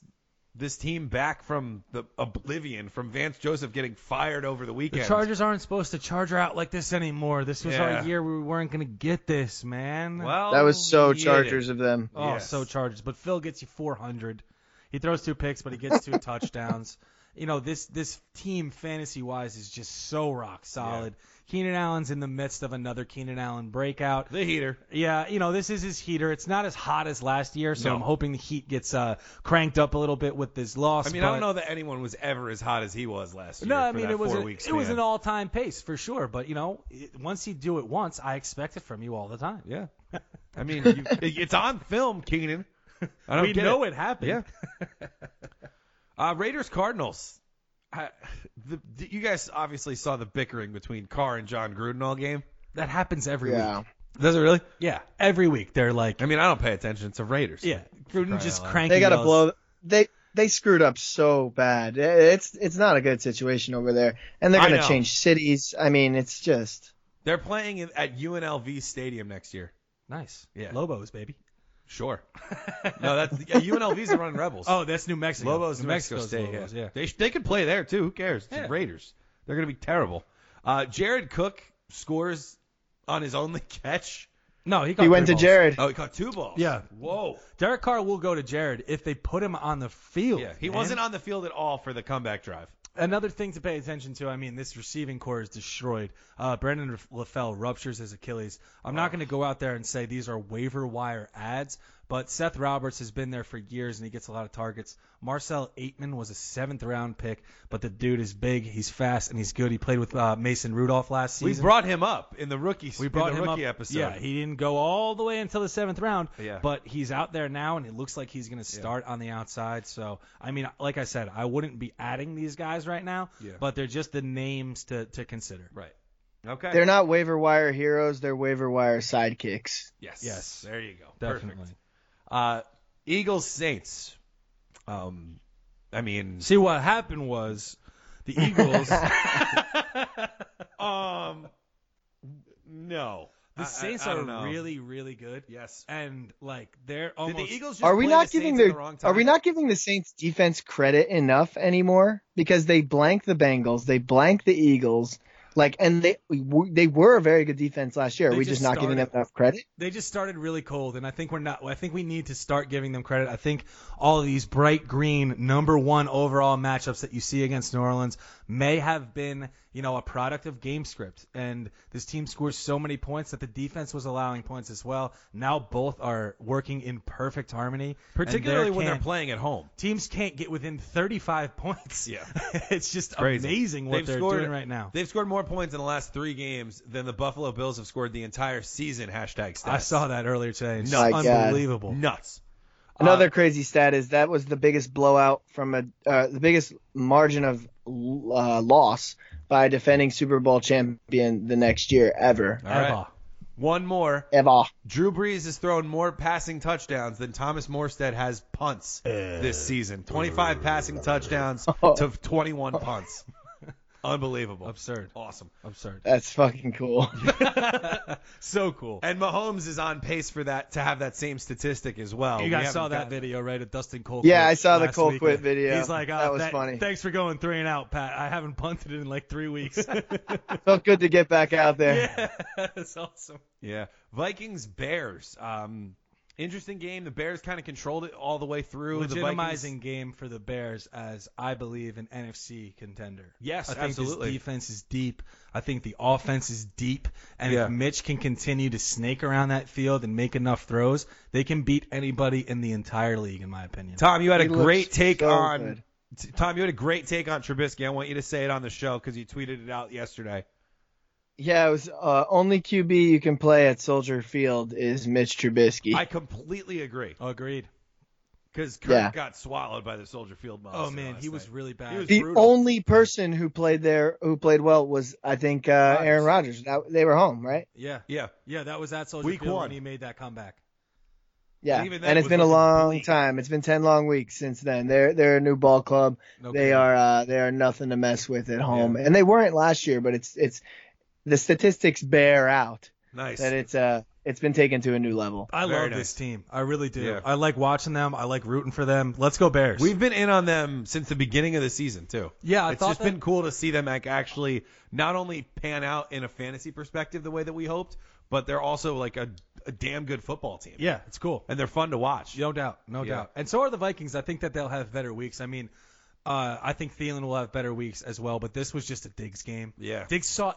Speaker 3: this team back from the oblivion from Vance Joseph getting fired over the
Speaker 7: The
Speaker 3: weekend.
Speaker 7: Chargers aren't supposed to charge her out like this anymore. This was
Speaker 3: Yeah.
Speaker 7: our year. We weren't gonna get this, man.
Speaker 3: Well,
Speaker 4: That was so
Speaker 3: Oh, yeah.
Speaker 4: Chargers of them.
Speaker 7: Oh,
Speaker 3: Yes.
Speaker 7: so Chargers. But Phil gets you 400. He throws two picks, but he gets two touchdowns. You know this this team fantasy wise is just so rock solid. Keenan Allen's in the midst of another Keenan Allen breakout.
Speaker 3: The heater.
Speaker 7: Yeah, you know this is his heater. It's not as hot as last year, so
Speaker 3: No.
Speaker 7: I'm hoping the heat gets uh, cranked up a little bit with this loss.
Speaker 3: I mean,
Speaker 7: but...
Speaker 3: I don't know that anyone was ever as hot as he was last year.
Speaker 7: No, I
Speaker 3: for
Speaker 7: mean
Speaker 3: that
Speaker 7: it was
Speaker 3: four
Speaker 7: a,
Speaker 3: week
Speaker 7: it was
Speaker 3: span.
Speaker 7: an all-time pace for sure, but you know, it, once you do it once, I expect it from you all the time.
Speaker 3: Yeah, I mean, you, it- it's on film, Keenan. I don't
Speaker 7: we
Speaker 3: get
Speaker 7: know
Speaker 3: it.
Speaker 7: it, happened.
Speaker 3: Yeah. Uh, Raiders Cardinals. I, the, the- you guys obviously saw the bickering between Carr and John Gruden all game.
Speaker 7: That happens every
Speaker 4: Yeah.
Speaker 7: week.
Speaker 3: Does it really?
Speaker 7: Yeah, every week they're like
Speaker 3: I mean, I don't pay attention to Raiders.
Speaker 7: Yeah, Gruden just
Speaker 3: out loud.
Speaker 7: cranking.
Speaker 4: They got to
Speaker 7: those.
Speaker 4: blow. They they screwed up so bad. It's it's not a good situation over there, and they're
Speaker 3: I
Speaker 4: going to
Speaker 3: know.
Speaker 4: change cities. I mean, it's just
Speaker 3: They're playing in, at UNLV Stadium next year.
Speaker 7: Nice.
Speaker 3: Yeah.
Speaker 7: Lobos, baby.
Speaker 3: Sure. no, that's yeah, UNLV's the running Rebels.
Speaker 7: Oh, that's New Mexico.
Speaker 3: Lobos, New Mexico
Speaker 7: Mexico's
Speaker 3: State.
Speaker 7: Lobos,
Speaker 3: yeah.
Speaker 7: yeah.
Speaker 3: They, sh- they could play there too. Who cares? It's the
Speaker 7: Yeah.
Speaker 3: Raiders. They're going to be terrible. Uh, Jared Cook scores on his only catch.
Speaker 7: No, he,
Speaker 4: he went to Jared.
Speaker 3: Oh, he caught two balls.
Speaker 7: Yeah.
Speaker 3: Whoa.
Speaker 7: Derek Carr will go to Jared if they put him on the field.
Speaker 3: Yeah. He
Speaker 7: man.
Speaker 3: wasn't on the field at all for the comeback drive.
Speaker 7: Another thing to pay attention to. I mean, this receiving core is destroyed. Uh, Brandon LaFell ruptures his Achilles. I'm not going to go out there and say these are waiver wire ads, but Seth Roberts has been there for years and he gets a lot of targets. Marcel Aitman was a seventh round pick, but the dude is big, he's fast, and he's good. He played with uh, Mason Rudolph last
Speaker 3: We
Speaker 7: season.
Speaker 3: brought him up in the rookie.
Speaker 7: We brought
Speaker 3: in the
Speaker 7: him
Speaker 3: rookie
Speaker 7: up.
Speaker 3: episode.
Speaker 7: Yeah, he didn't go all the way until the seventh round.
Speaker 3: Yeah.
Speaker 7: But he's out there now, and it looks like he's going to start on the outside. So, I mean, like I said, I wouldn't be adding these guys right now,
Speaker 3: Yeah.
Speaker 7: but they're just the names to, to consider.
Speaker 3: right. Okay.
Speaker 4: They're not waiver wire heroes. They're waiver wire sidekicks.
Speaker 3: yes.
Speaker 7: Yes.
Speaker 3: There you go.
Speaker 7: Definitely.
Speaker 3: Perfect. Uh, Eagles Saints. Um, I mean,
Speaker 7: See, what happened was the Eagles,
Speaker 3: um, no.
Speaker 7: the Saints
Speaker 3: I, I, I
Speaker 7: are
Speaker 3: don't know.
Speaker 7: really, really good.
Speaker 3: yes.
Speaker 7: And, like, they're
Speaker 3: Did
Speaker 7: almost.
Speaker 3: the Eagles just
Speaker 4: Are we
Speaker 3: play
Speaker 4: not
Speaker 3: the
Speaker 4: giving
Speaker 3: Saints at
Speaker 4: their
Speaker 3: the wrong time?
Speaker 4: Are we not giving the Saints defense credit enough anymore? Because they blank the Bengals, they blank the Eagles, like, and they they were a very good defense last year. Are
Speaker 7: They
Speaker 4: we
Speaker 7: just
Speaker 4: just not giving them
Speaker 7: started-
Speaker 4: enough credit?
Speaker 7: they just started really cold, and I think we're not. I think we need to start giving them credit. I think all of these bright green number one overall matchups that you see against New Orleans may have been, you know, a product of game script. And this team scores so many points that the defense was allowing points as well. Now both are working in perfect harmony, and
Speaker 3: particularly
Speaker 7: there
Speaker 3: when they're
Speaker 7: can't-
Speaker 3: playing at home?
Speaker 7: Teams can't get within 35 points.
Speaker 3: Yeah.
Speaker 7: it's just
Speaker 3: Crazy.
Speaker 7: amazing what
Speaker 3: They've
Speaker 7: they're
Speaker 3: scored-
Speaker 7: doing right now.
Speaker 3: They've scored more points in the last three games than the Buffalo Bills have scored the entire season. Hashtag stats.
Speaker 7: I saw that earlier today. It's
Speaker 4: No. My God.
Speaker 7: unbelievable.
Speaker 3: Nuts.
Speaker 4: Another crazy stat is that was the biggest blowout from a uh, the biggest margin of uh, loss by a defending Super Bowl champion the next year ever.
Speaker 3: All right.
Speaker 7: Ever.
Speaker 3: One more.
Speaker 4: ever.
Speaker 3: Drew Brees has thrown more passing touchdowns than Thomas Morstead has punts
Speaker 7: Eh.
Speaker 3: this season. 25 passing touchdowns
Speaker 7: Oh.
Speaker 3: to 21 punts. Unbelievable.
Speaker 7: Absurd.
Speaker 3: Awesome.
Speaker 7: Absurd.
Speaker 4: That's fucking cool.
Speaker 7: So cool.
Speaker 3: And Mahomes is on pace for that to have that same statistic as well.
Speaker 7: You
Speaker 3: We
Speaker 7: guys
Speaker 3: haven't
Speaker 7: saw that
Speaker 3: gotten-
Speaker 7: video, right? Of Dustin Cole.
Speaker 4: Yeah,
Speaker 7: quit
Speaker 4: I saw the
Speaker 7: last
Speaker 4: Cole
Speaker 7: week.
Speaker 4: quit video.
Speaker 7: He's like, oh,
Speaker 4: That was funny.
Speaker 7: Thanks for going three and out, Pat. I haven't punted in like three weeks.
Speaker 4: Felt good to get back out there.
Speaker 7: That's awesome.
Speaker 3: Yeah. Vikings Bears. Um interesting game. The Bears kind of controlled it all the way through. The Vikings-
Speaker 7: Legitimizing game for the Bears as I believe an NFC contender.
Speaker 3: Yes,
Speaker 7: I think
Speaker 3: absolutely.
Speaker 7: This defense is deep. I think the offense is deep, and
Speaker 3: Yeah.
Speaker 7: if Mitch can continue to snake around that field and make enough throws, they can beat anybody in the entire league, in my opinion.
Speaker 3: Tom, you had
Speaker 4: He
Speaker 3: a
Speaker 4: looks
Speaker 3: great take
Speaker 4: so
Speaker 3: on
Speaker 4: good.
Speaker 3: T- Tom, you had a great take on Trubisky. I want you to say it on the show because you tweeted it out yesterday.
Speaker 4: Yeah, it was uh, only QB you can play at Soldier Field is Mitch Trubisky.
Speaker 3: I completely agree
Speaker 7: Agreed.
Speaker 3: because Kirk
Speaker 4: Yeah.
Speaker 3: got swallowed by the Soldier Field monster.
Speaker 7: Oh man,
Speaker 3: last
Speaker 7: he was
Speaker 3: night.
Speaker 7: really bad.
Speaker 3: He was
Speaker 4: the
Speaker 3: brutal.
Speaker 4: only person who played there who played well was I think uh, Aaron Rodgers. That, they were home, right?
Speaker 7: yeah,
Speaker 3: yeah.
Speaker 7: yeah. That was at Soldier
Speaker 3: Week
Speaker 7: Field
Speaker 3: one.
Speaker 7: when he made that comeback.
Speaker 4: Yeah,
Speaker 3: Even then
Speaker 4: and
Speaker 3: it
Speaker 4: it's
Speaker 3: was
Speaker 4: been a
Speaker 3: looking
Speaker 4: long
Speaker 3: bleak.
Speaker 4: time. It's been ten long weeks since then. They're they're a new ball club.
Speaker 7: No
Speaker 4: they
Speaker 7: kidding.
Speaker 4: are uh, they are nothing to mess with at home, and they weren't last year. But it's it's the statistics bear out
Speaker 3: Nice.
Speaker 4: that it's uh it's been taken to a new level.
Speaker 7: I
Speaker 3: Very
Speaker 7: love
Speaker 3: nice.
Speaker 7: this team. I really do.
Speaker 3: Yeah.
Speaker 7: I like watching them. I like rooting for them. Let's go Bears.
Speaker 3: We've been in on them since the beginning of the season too.
Speaker 7: Yeah, I
Speaker 3: it's
Speaker 7: thought
Speaker 3: just
Speaker 7: that-
Speaker 3: been cool to see them like actually not only pan out in a fantasy perspective the way that we hoped, but they're also like a, a damn good football team.
Speaker 7: yeah, it's cool.
Speaker 3: and they're fun to watch.
Speaker 7: No doubt, no
Speaker 3: Yeah.
Speaker 7: doubt. And so are the Vikings. I think that they'll have better weeks. I mean, uh, I think Thielen will have better weeks as well. But this was just a Diggs game.
Speaker 3: Yeah.
Speaker 7: Diggs saw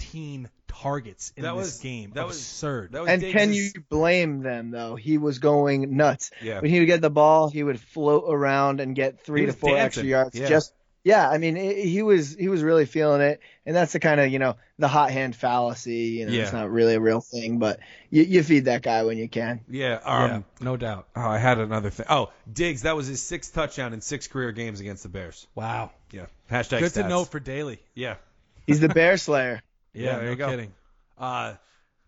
Speaker 7: 18 targets in
Speaker 3: That
Speaker 7: this
Speaker 3: was-
Speaker 7: game.
Speaker 3: that was-
Speaker 7: absurd.
Speaker 3: That was
Speaker 4: And
Speaker 3: Diggs'
Speaker 4: can you blame them though? He was going nuts.
Speaker 3: Yeah.
Speaker 4: When he would get the ball, he would float around and get
Speaker 3: He
Speaker 4: three to
Speaker 3: was
Speaker 4: four
Speaker 3: dancing.
Speaker 4: extra yards.
Speaker 3: Yeah.
Speaker 4: Just yeah, I mean it, he was he was really feeling it, and that's the kind of you know the hot hand fallacy. You know,
Speaker 3: Yeah.
Speaker 4: it's not really a real thing, but you, you feed that guy when you can.
Speaker 3: Yeah.
Speaker 7: Yeah,
Speaker 3: Um,
Speaker 7: no doubt.
Speaker 3: Oh, I had another thing. Oh, Diggs, that was his sixth touchdown in six career games against the Bears.
Speaker 7: Wow.
Speaker 3: Yeah. Hashtag
Speaker 7: Good to
Speaker 3: stats.
Speaker 7: know for Daily.
Speaker 3: Yeah.
Speaker 4: He's the bear slayer.
Speaker 7: Yeah,
Speaker 3: there
Speaker 7: no
Speaker 3: you go.
Speaker 7: kidding.
Speaker 3: Uh,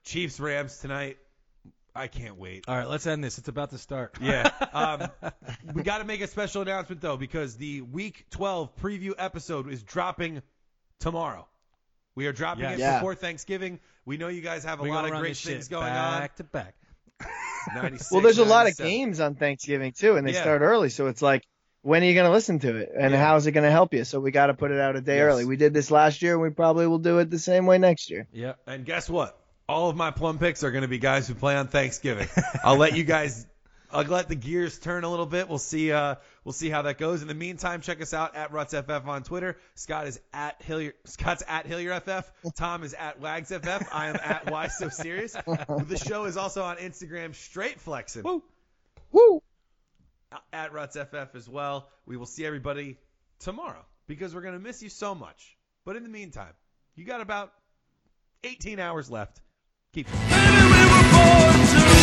Speaker 3: Chiefs Rams tonight. I can't wait.
Speaker 7: All right, let's end this. It's about to start.
Speaker 3: Yeah. Um, we got to make a special announcement though because the Week 12 preview episode is dropping tomorrow. We are dropping
Speaker 7: Yes.
Speaker 3: it
Speaker 4: Yeah.
Speaker 3: before Thanksgiving. We know you guys have a
Speaker 7: We're
Speaker 3: lot
Speaker 7: gonna
Speaker 3: of
Speaker 7: run
Speaker 3: great
Speaker 7: this shit
Speaker 3: things going
Speaker 7: back to back.
Speaker 3: on. 96,
Speaker 4: Well, there's a lot of
Speaker 3: 97.
Speaker 4: games on Thanksgiving too, and they
Speaker 3: Yeah.
Speaker 4: start early, so it's like. When are you going to listen to it, and
Speaker 3: Yeah.
Speaker 4: how is it going to help you? So we got to put it out a day
Speaker 3: Yes.
Speaker 4: early. We did this last year, and we probably will do it the same way next year.
Speaker 7: Yep.
Speaker 3: And guess what? All of my plum picks are going to be guys who play on Thanksgiving. I'll let you guys. I'll let the gears turn a little bit. We'll see. Uh, we'll see how that goes. In the meantime, check us out at RutsFF on Twitter. Scott is at Hillier. Scott's at HillierFF. Tom is at WagsFF. I am at Why So Serious. The show is also on Instagram, Straight Flexing. Woo.
Speaker 4: Woo!
Speaker 3: At RutsFF as well. We will see everybody tomorrow because we're going to miss you so much. But in the meantime, you got about 18 hours left. Keep.
Speaker 8: Maybe we were born to